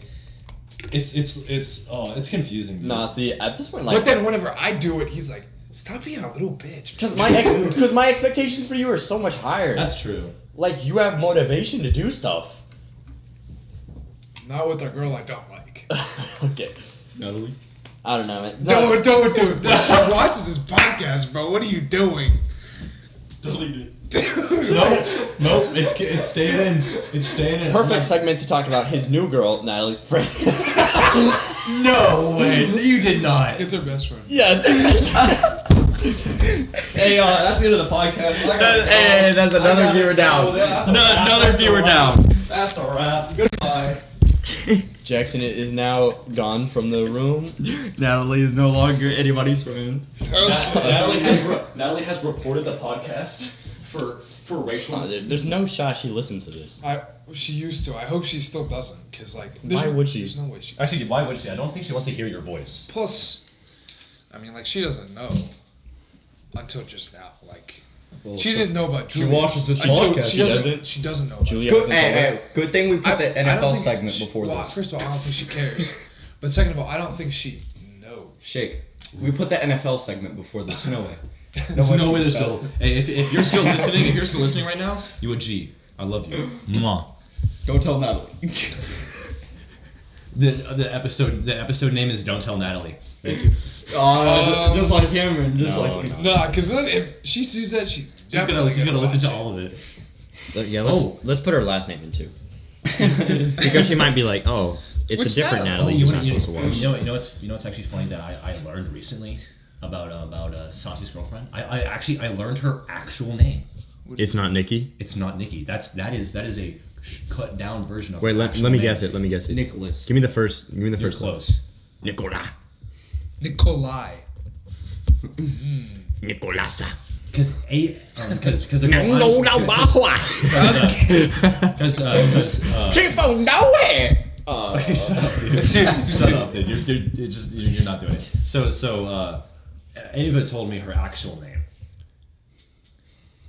[SPEAKER 3] it's it's it's oh, it's confusing. dude.
[SPEAKER 2] Nah, see, at this point,
[SPEAKER 4] But
[SPEAKER 2] like,
[SPEAKER 4] then whenever I do it, he's like, stop being a little bitch.
[SPEAKER 2] because my ex, because my expectations for you are so much higher.
[SPEAKER 3] that's true.
[SPEAKER 2] like, you have motivation to do stuff.
[SPEAKER 4] Not with a girl I don't like.
[SPEAKER 2] okay,
[SPEAKER 3] Natalie.
[SPEAKER 2] I don't know, man. No,
[SPEAKER 4] Don't, don't, dude. She watches this podcast, bro. What are you doing?
[SPEAKER 3] Delete it. no, nope. It's it's staying in. It's staying in.
[SPEAKER 2] perfect segment to talk about his new girl, Natalie's friend.
[SPEAKER 3] No way. You did not.
[SPEAKER 4] It's her best friend.
[SPEAKER 2] yeah, it's
[SPEAKER 5] Hey, uh, that's the end of the podcast.
[SPEAKER 2] Hey, that's another viewer down.
[SPEAKER 3] another viewer down. That's a wrap. Goodbye.
[SPEAKER 2] Jackson is now gone from the room.
[SPEAKER 5] Natalie is no longer anybody's friend.
[SPEAKER 3] Natalie has re- Natalie has reported the podcast for for racial.
[SPEAKER 2] Oh, there- There's no shot she listens to this.
[SPEAKER 4] I, she used to. I hope she still doesn't. Because, like, there's
[SPEAKER 2] Why
[SPEAKER 4] no-
[SPEAKER 2] would she?
[SPEAKER 4] There's no way she.
[SPEAKER 3] Actually, why would she? I don't think she wants to hear your voice.
[SPEAKER 4] Plus, I mean, like, she doesn't know until just now. Like, she didn't know about Julia.
[SPEAKER 1] watches this
[SPEAKER 4] until-
[SPEAKER 1] podcast,
[SPEAKER 4] She
[SPEAKER 1] she
[SPEAKER 4] doesn't.
[SPEAKER 1] doesn't?
[SPEAKER 4] She doesn't know about
[SPEAKER 2] Julia
[SPEAKER 5] Good,
[SPEAKER 2] hasn't
[SPEAKER 5] hey,
[SPEAKER 2] told her.
[SPEAKER 5] hey, good thing we put the
[SPEAKER 4] I don't
[SPEAKER 5] NFL
[SPEAKER 4] think
[SPEAKER 5] segment
[SPEAKER 4] she-
[SPEAKER 5] before
[SPEAKER 4] well,
[SPEAKER 5] this.
[SPEAKER 4] First of all, I don't think she cares. but second of all, I don't think she knows.
[SPEAKER 5] Shake. We put the NFL segment before this. No way.
[SPEAKER 3] There's no way there's still. Hey, if, if you're still listening, if you're still listening right now, you a G. I love you. Mwah.
[SPEAKER 5] Go tell Natalie.
[SPEAKER 3] The the episode the episode name is Don't Tell Natalie. Thank you. She's
[SPEAKER 5] Uh, just like Cameron. Just
[SPEAKER 3] No,
[SPEAKER 5] like.
[SPEAKER 4] Nah, because then if she sees that, she's
[SPEAKER 3] gonna
[SPEAKER 4] definitely
[SPEAKER 3] she's gonna listen to
[SPEAKER 4] watch
[SPEAKER 3] all of it.
[SPEAKER 2] Uh, Yeah, let's,
[SPEAKER 3] Oh.
[SPEAKER 2] let's put her last name in too. because she might be like, oh, it's
[SPEAKER 4] What's
[SPEAKER 2] a different
[SPEAKER 4] that?
[SPEAKER 5] Oh,
[SPEAKER 2] Natalie
[SPEAKER 3] Oh, you,
[SPEAKER 2] who's
[SPEAKER 3] wanna-
[SPEAKER 2] not
[SPEAKER 3] you,
[SPEAKER 2] supposed to watch.
[SPEAKER 3] you know you know it's you know it's actually funny that I, I learned recently about uh, about uh, Saucy's girlfriend. I, I actually I learned her actual name.
[SPEAKER 2] It's not Nikki.
[SPEAKER 3] It's not Nikki. That's that is that is a sh- cut down version of.
[SPEAKER 2] Wait,
[SPEAKER 3] her
[SPEAKER 2] let,
[SPEAKER 3] actual
[SPEAKER 2] let me
[SPEAKER 3] name.
[SPEAKER 2] guess it. Let me guess it.
[SPEAKER 5] Nicholas.
[SPEAKER 2] Give me the first. Give me the
[SPEAKER 3] You're
[SPEAKER 2] first.
[SPEAKER 3] close.
[SPEAKER 2] Nicola.
[SPEAKER 4] Nikolai.
[SPEAKER 2] Nicolasa.
[SPEAKER 3] Because a because because the
[SPEAKER 2] No, no, bahua.
[SPEAKER 3] because because
[SPEAKER 2] She from nowhere.
[SPEAKER 3] Okay, uh, shut up, dude. shut up, dude. You're, you're, you're just you're, you're not doing it. So so uh, Ava told me her actual name.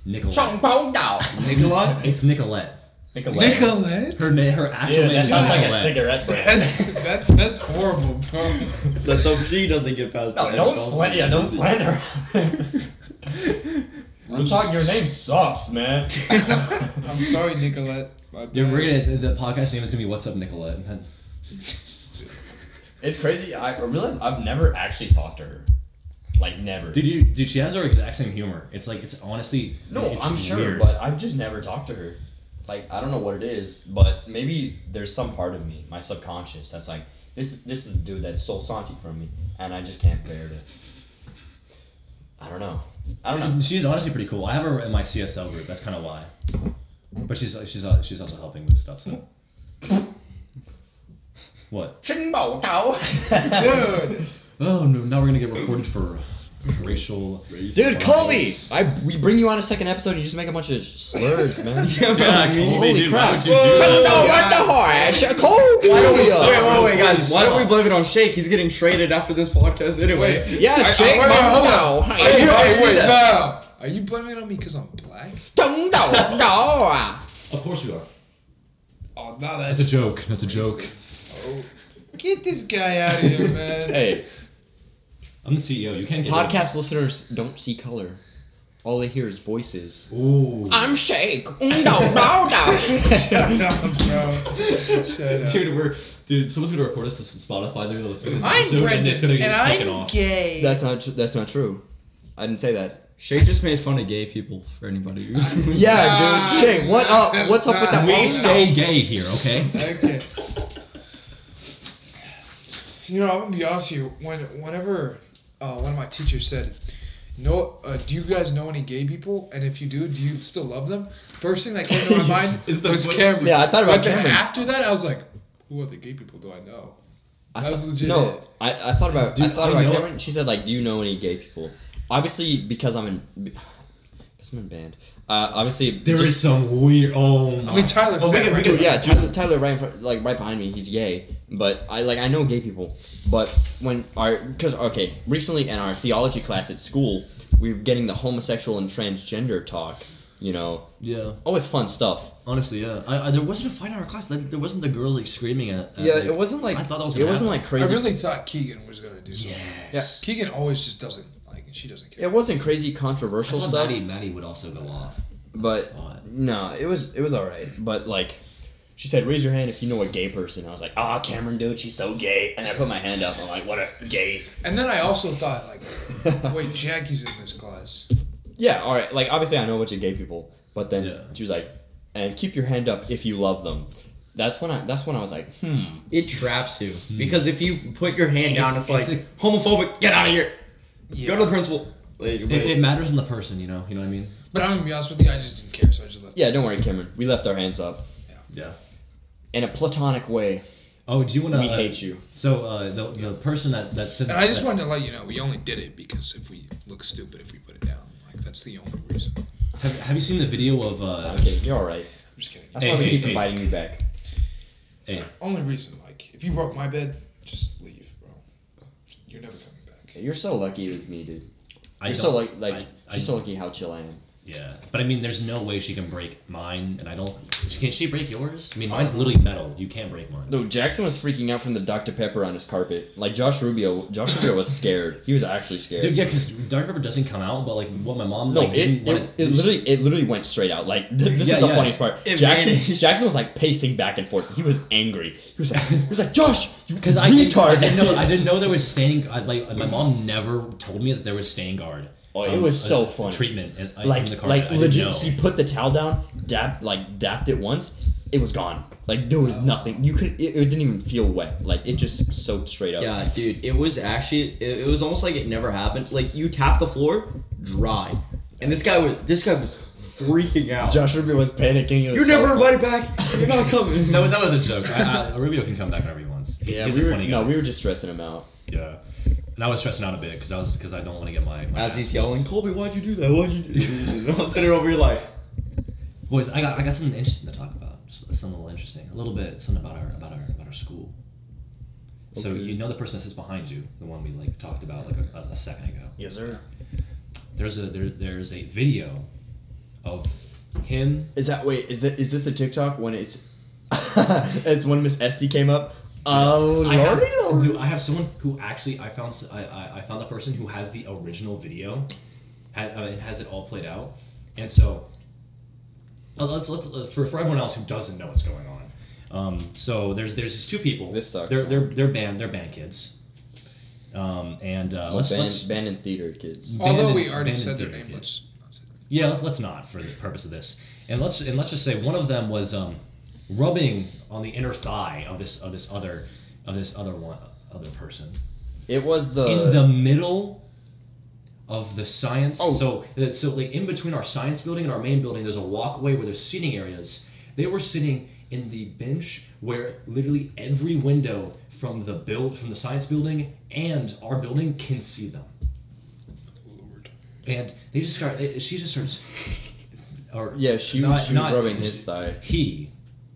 [SPEAKER 3] Nicolette.
[SPEAKER 2] From Pondao.
[SPEAKER 5] Nikolai?
[SPEAKER 3] It's Nicolette.
[SPEAKER 5] Nicolette.
[SPEAKER 4] Nicolette?
[SPEAKER 5] Her, na- her actual
[SPEAKER 2] Dude,
[SPEAKER 5] name
[SPEAKER 2] that
[SPEAKER 5] is
[SPEAKER 2] sounds like a
[SPEAKER 5] Nicolette.
[SPEAKER 2] cigarette brand.
[SPEAKER 4] That's that's that's horrible, bro.
[SPEAKER 5] Let's hope she doesn't get past
[SPEAKER 2] No,
[SPEAKER 5] the
[SPEAKER 2] don't
[SPEAKER 5] NFL.
[SPEAKER 2] slander. Yeah, don't slander. I'm talking. Your name sucks, man.
[SPEAKER 4] I'm sorry, Nicolette. My
[SPEAKER 3] Dude,
[SPEAKER 4] bad.
[SPEAKER 3] we're gonna the podcast name is gonna be What's Up Nicolette.
[SPEAKER 2] it's crazy. I realize I've never actually talked to her. Like never.
[SPEAKER 3] Dude, you, dude, she has her exact same humor. It's like it's honestly
[SPEAKER 2] no,
[SPEAKER 3] it's
[SPEAKER 2] I'm sure,
[SPEAKER 3] weird.
[SPEAKER 2] but I've just never talked to her. Like I don't know what it is, but maybe there's some part of me, my subconscious, that's like this. This is the dude that stole Santi from me, and I just can't bear to. I don't know. I don't know.
[SPEAKER 3] she's honestly pretty cool. I have her in my CSL group. That's kind of why. But she's she's al- she's also helping with stuff. So what?
[SPEAKER 4] Dude,
[SPEAKER 3] Oh no! Now we're gonna get reported for racial.
[SPEAKER 8] Dude, Colby! I we bring you on a second episode and you just make a bunch of slurs, man.
[SPEAKER 3] Yeah, Colby, dude, why would you do that?
[SPEAKER 8] No, what the harsh? Colby! Why don't we,
[SPEAKER 5] Wait,
[SPEAKER 8] wait,
[SPEAKER 5] wait, wait, guys. Why don't we blame it on Shake? He's getting traded after this podcast anyway.
[SPEAKER 4] wait.
[SPEAKER 8] Yeah, shake
[SPEAKER 4] wait, wait,
[SPEAKER 8] my
[SPEAKER 4] hold
[SPEAKER 8] no.
[SPEAKER 4] Are you,
[SPEAKER 5] why
[SPEAKER 4] wait,
[SPEAKER 5] do
[SPEAKER 4] wait,
[SPEAKER 5] that?
[SPEAKER 4] no. Are you blaming it on me because I'm black?
[SPEAKER 8] Don't know, no.
[SPEAKER 3] Of course we are.
[SPEAKER 4] Oh, no, that's,
[SPEAKER 3] That's a joke. That's a joke.
[SPEAKER 4] Oh, get this guy out of here, man.
[SPEAKER 2] Hey,
[SPEAKER 3] I'm the CEO. You can't get
[SPEAKER 8] Podcast listeners don't see color. All they hear is voices.
[SPEAKER 3] Ooh.
[SPEAKER 8] I'm Shake. No, no, no.
[SPEAKER 4] Shut up, bro. Shut up.
[SPEAKER 3] Dude, we're dude. Someone's gonna report us to Spotify. They're gonna listen to this
[SPEAKER 4] I'm
[SPEAKER 3] episode, and it's gonna
[SPEAKER 4] Brendan,
[SPEAKER 3] get
[SPEAKER 4] and
[SPEAKER 3] taken
[SPEAKER 4] I'm
[SPEAKER 3] off.
[SPEAKER 4] gay.
[SPEAKER 8] That's not. tr- That's not true. I didn't say that.
[SPEAKER 5] Shake just made fun of gay people for anybody.
[SPEAKER 8] Yeah, dude. Shake, what up? What's up with that?
[SPEAKER 3] We
[SPEAKER 8] Oh, no.
[SPEAKER 3] say gay here, okay?
[SPEAKER 4] okay. You know, I'm gonna be honest with you. When whenever uh, one of my teachers said, "No, uh, do you guys know any gay people? And if you do, do you still love them?" First thing that came to my mind
[SPEAKER 3] Is the
[SPEAKER 4] was
[SPEAKER 3] foot-
[SPEAKER 4] Cameron.
[SPEAKER 8] Yeah, I thought about
[SPEAKER 4] but then
[SPEAKER 8] Cameron.
[SPEAKER 4] after that, I was like, "Who other gay people do I know?"
[SPEAKER 8] I
[SPEAKER 4] That was
[SPEAKER 8] thought-
[SPEAKER 4] legit
[SPEAKER 8] No,
[SPEAKER 4] it.
[SPEAKER 8] I, I thought about I
[SPEAKER 3] Dude,
[SPEAKER 8] thought
[SPEAKER 3] I
[SPEAKER 8] about
[SPEAKER 3] know-
[SPEAKER 8] Cameron. She said like, "Do you know any gay people?" Obviously, because I'm in, because I'm in band. Uh, obviously,
[SPEAKER 3] There is
[SPEAKER 8] just-
[SPEAKER 3] some weird. Oh my.
[SPEAKER 4] I mean, Tyler
[SPEAKER 3] Well, we
[SPEAKER 4] said,
[SPEAKER 3] can- we
[SPEAKER 4] right?
[SPEAKER 3] can-
[SPEAKER 8] yeah, Tyler, Tyler right in front, like right behind me, he's gay. But I like I know gay people. But when our because okay, recently in our theology class at school, we were getting the homosexual and transgender talk. You know,
[SPEAKER 5] yeah.
[SPEAKER 8] always fun stuff.
[SPEAKER 5] Honestly, yeah. I, I, there wasn't a fight in our class. Like, there wasn't the girls like screaming at. at,
[SPEAKER 8] Yeah,
[SPEAKER 5] like-
[SPEAKER 8] it wasn't like
[SPEAKER 5] I thought that was.
[SPEAKER 8] it
[SPEAKER 5] gonna
[SPEAKER 8] wasn't
[SPEAKER 5] happen.
[SPEAKER 8] like
[SPEAKER 4] I
[SPEAKER 8] crazy.
[SPEAKER 4] really thought Keegan was gonna do something.
[SPEAKER 5] Yes.
[SPEAKER 4] Keegan always just doesn't like. She doesn't care.
[SPEAKER 8] it wasn't crazy controversial
[SPEAKER 5] I thought
[SPEAKER 8] stuff.
[SPEAKER 5] Maddie, Maddie would also go off.
[SPEAKER 8] But
[SPEAKER 5] God.
[SPEAKER 8] no, it was it was all right. But like, she said, "Raise your hand if you know a gay person." I was like, "Ah, Cameron, dude, she's so gay." And I put my hand up. I'm like, "What a gay."
[SPEAKER 4] And then I also thought like, wait, Jackie's in this class.
[SPEAKER 8] Yeah, all right. Like obviously, I know a bunch of gay people, but then
[SPEAKER 5] Yeah.
[SPEAKER 8] she was like, "And keep your hand up if you love them." That's when I. That's when I was like, "Hmm."
[SPEAKER 5] It traps you because if you put your hand down,
[SPEAKER 3] Hmm. It's-
[SPEAKER 5] it's,
[SPEAKER 3] it's
[SPEAKER 5] like homophobic. Get out of here.
[SPEAKER 4] Yeah.
[SPEAKER 5] Go to the principal. Like,
[SPEAKER 3] It, it matters in the person, you know. You know what I mean?
[SPEAKER 4] But I'm gonna be honest with you, I just didn't care, so I just left.
[SPEAKER 8] Yeah, don't worry, Cameron. We left our hands up
[SPEAKER 3] Yeah.
[SPEAKER 8] in a platonic way.
[SPEAKER 3] Oh, do you want to?
[SPEAKER 8] We hate you.
[SPEAKER 3] So uh, the, the person that that said.
[SPEAKER 4] And I just
[SPEAKER 3] that-
[SPEAKER 4] wanted to let you know we only did it because if we look stupid if we put it down, like that's the only reason. I'm
[SPEAKER 3] Have, have you seen the video of? Uh,
[SPEAKER 8] Okay, you're all right.
[SPEAKER 4] just kidding.
[SPEAKER 8] That's
[SPEAKER 3] Hey,
[SPEAKER 8] why they
[SPEAKER 3] hey,
[SPEAKER 8] keep
[SPEAKER 3] hey.
[SPEAKER 8] inviting me back.
[SPEAKER 3] hey,
[SPEAKER 4] Only reason, like, if you broke my bed, just leave, bro. You're never coming back.
[SPEAKER 8] You're so lucky it was me, dude.
[SPEAKER 3] I
[SPEAKER 8] You're so
[SPEAKER 3] don't-
[SPEAKER 8] like like
[SPEAKER 3] I-
[SPEAKER 8] she's
[SPEAKER 3] I-
[SPEAKER 8] so lucky how chill I am.
[SPEAKER 3] Yeah, but I mean, there's no way she can break mine, and I don't. She, can she break yours? I mean, mine's literally metal. You can't break mine.
[SPEAKER 8] No, Jackson was freaking out from the Dr. Pepper on his carpet. Like Josh Rubio, Josh Rubio was scared. He was actually scared.
[SPEAKER 3] Dude, yeah, because dark pepper doesn't come out, but like what my mom
[SPEAKER 8] no,
[SPEAKER 3] like, didn't
[SPEAKER 8] it, it,
[SPEAKER 3] want
[SPEAKER 8] it literally it literally went straight out. Like th- this
[SPEAKER 3] Yeah,
[SPEAKER 8] is the
[SPEAKER 3] yeah.
[SPEAKER 8] funniest part.
[SPEAKER 5] It
[SPEAKER 8] Jackson
[SPEAKER 5] managed.
[SPEAKER 8] Jackson was like pacing back and forth. He was angry. He was like he was like Josh, you
[SPEAKER 3] because I didn't, I
[SPEAKER 8] retard.
[SPEAKER 3] didn't know I didn't know there was staying. I, like my mom never told me that there was staying guard.
[SPEAKER 8] Oh, it was
[SPEAKER 3] a-
[SPEAKER 8] so
[SPEAKER 3] a
[SPEAKER 8] funny.
[SPEAKER 3] Treatment in, uh, in the
[SPEAKER 8] like
[SPEAKER 3] car. I
[SPEAKER 8] like
[SPEAKER 3] didn't
[SPEAKER 8] legit.
[SPEAKER 3] know.
[SPEAKER 8] He put the towel down, dapped like dapped it once. It was gone. Like there was nothing. You could. It, it didn't even feel wet. Like it just soaked straight up.
[SPEAKER 5] Yeah, dude, it was actually it, it was almost like it never happened. Like you tap the floor, dry, and this guy was this guy was freaking out.
[SPEAKER 8] Josh Rubio was panicking. He was
[SPEAKER 5] You're
[SPEAKER 8] so-
[SPEAKER 5] never invited back. You're not coming.
[SPEAKER 3] No, that was a joke. I, I, Rubio can come back whenever he wants. He-
[SPEAKER 8] Yeah,
[SPEAKER 3] he's
[SPEAKER 8] we
[SPEAKER 3] a
[SPEAKER 8] were,
[SPEAKER 3] funny
[SPEAKER 8] no,
[SPEAKER 3] guy.
[SPEAKER 8] we were just stressing him out.
[SPEAKER 3] Yeah, and I was stressing out a bit because I was because I don't want to get my, my
[SPEAKER 5] As
[SPEAKER 3] ass
[SPEAKER 5] he's
[SPEAKER 3] beat.
[SPEAKER 5] yelling, Colby, why'd you do that? Why'd you do that? I'm sitting over here like,
[SPEAKER 3] Boys, I got I got something interesting to talk about. Just something a little interesting, a little bit something about our about our about our school. So
[SPEAKER 8] Okay.
[SPEAKER 3] you know the person that sits behind you, the one we like talked about like a, a second ago.
[SPEAKER 8] Yes, sir.
[SPEAKER 3] There's a there, there's a video of him.
[SPEAKER 8] Is that wait? Is it is this the TikTok when it's it's when Miss Esty came up? Oh
[SPEAKER 3] I have,
[SPEAKER 8] lordy, lordy.
[SPEAKER 3] dude, I have someone who actually I found s- I, I- I found the person who has the original video, had uh, it has it all played out, and so uh, let's let's uh, for, for everyone else who doesn't know what's going on. Um, so there's there's these two people.
[SPEAKER 8] This sucks.
[SPEAKER 3] They're they're they're band they're band kids. Um, and uh, let's,
[SPEAKER 8] Ban-
[SPEAKER 3] let's
[SPEAKER 8] ban in theater kids.
[SPEAKER 3] Band
[SPEAKER 4] Although
[SPEAKER 3] and-
[SPEAKER 4] we already
[SPEAKER 3] band and
[SPEAKER 4] said their
[SPEAKER 3] theater
[SPEAKER 4] name,
[SPEAKER 3] kid.
[SPEAKER 4] let's not say
[SPEAKER 3] yeah, let's let's not for the purpose of this, and let's and let's just say one of them was um, rubbing on the inner thigh of this of this other of this other one other person
[SPEAKER 8] It was the,
[SPEAKER 3] in the middle of the science. So that- so like in between our science building and our main building, there's a walkway where there's seating areas. They were sitting in the bench where literally every window from the build from the science building and our building can see them.
[SPEAKER 4] Lord.
[SPEAKER 3] And they just start. eh, She just starts. Or
[SPEAKER 8] yeah. She,
[SPEAKER 3] not-
[SPEAKER 8] was she was
[SPEAKER 3] not-
[SPEAKER 8] rubbing his thigh.
[SPEAKER 3] He,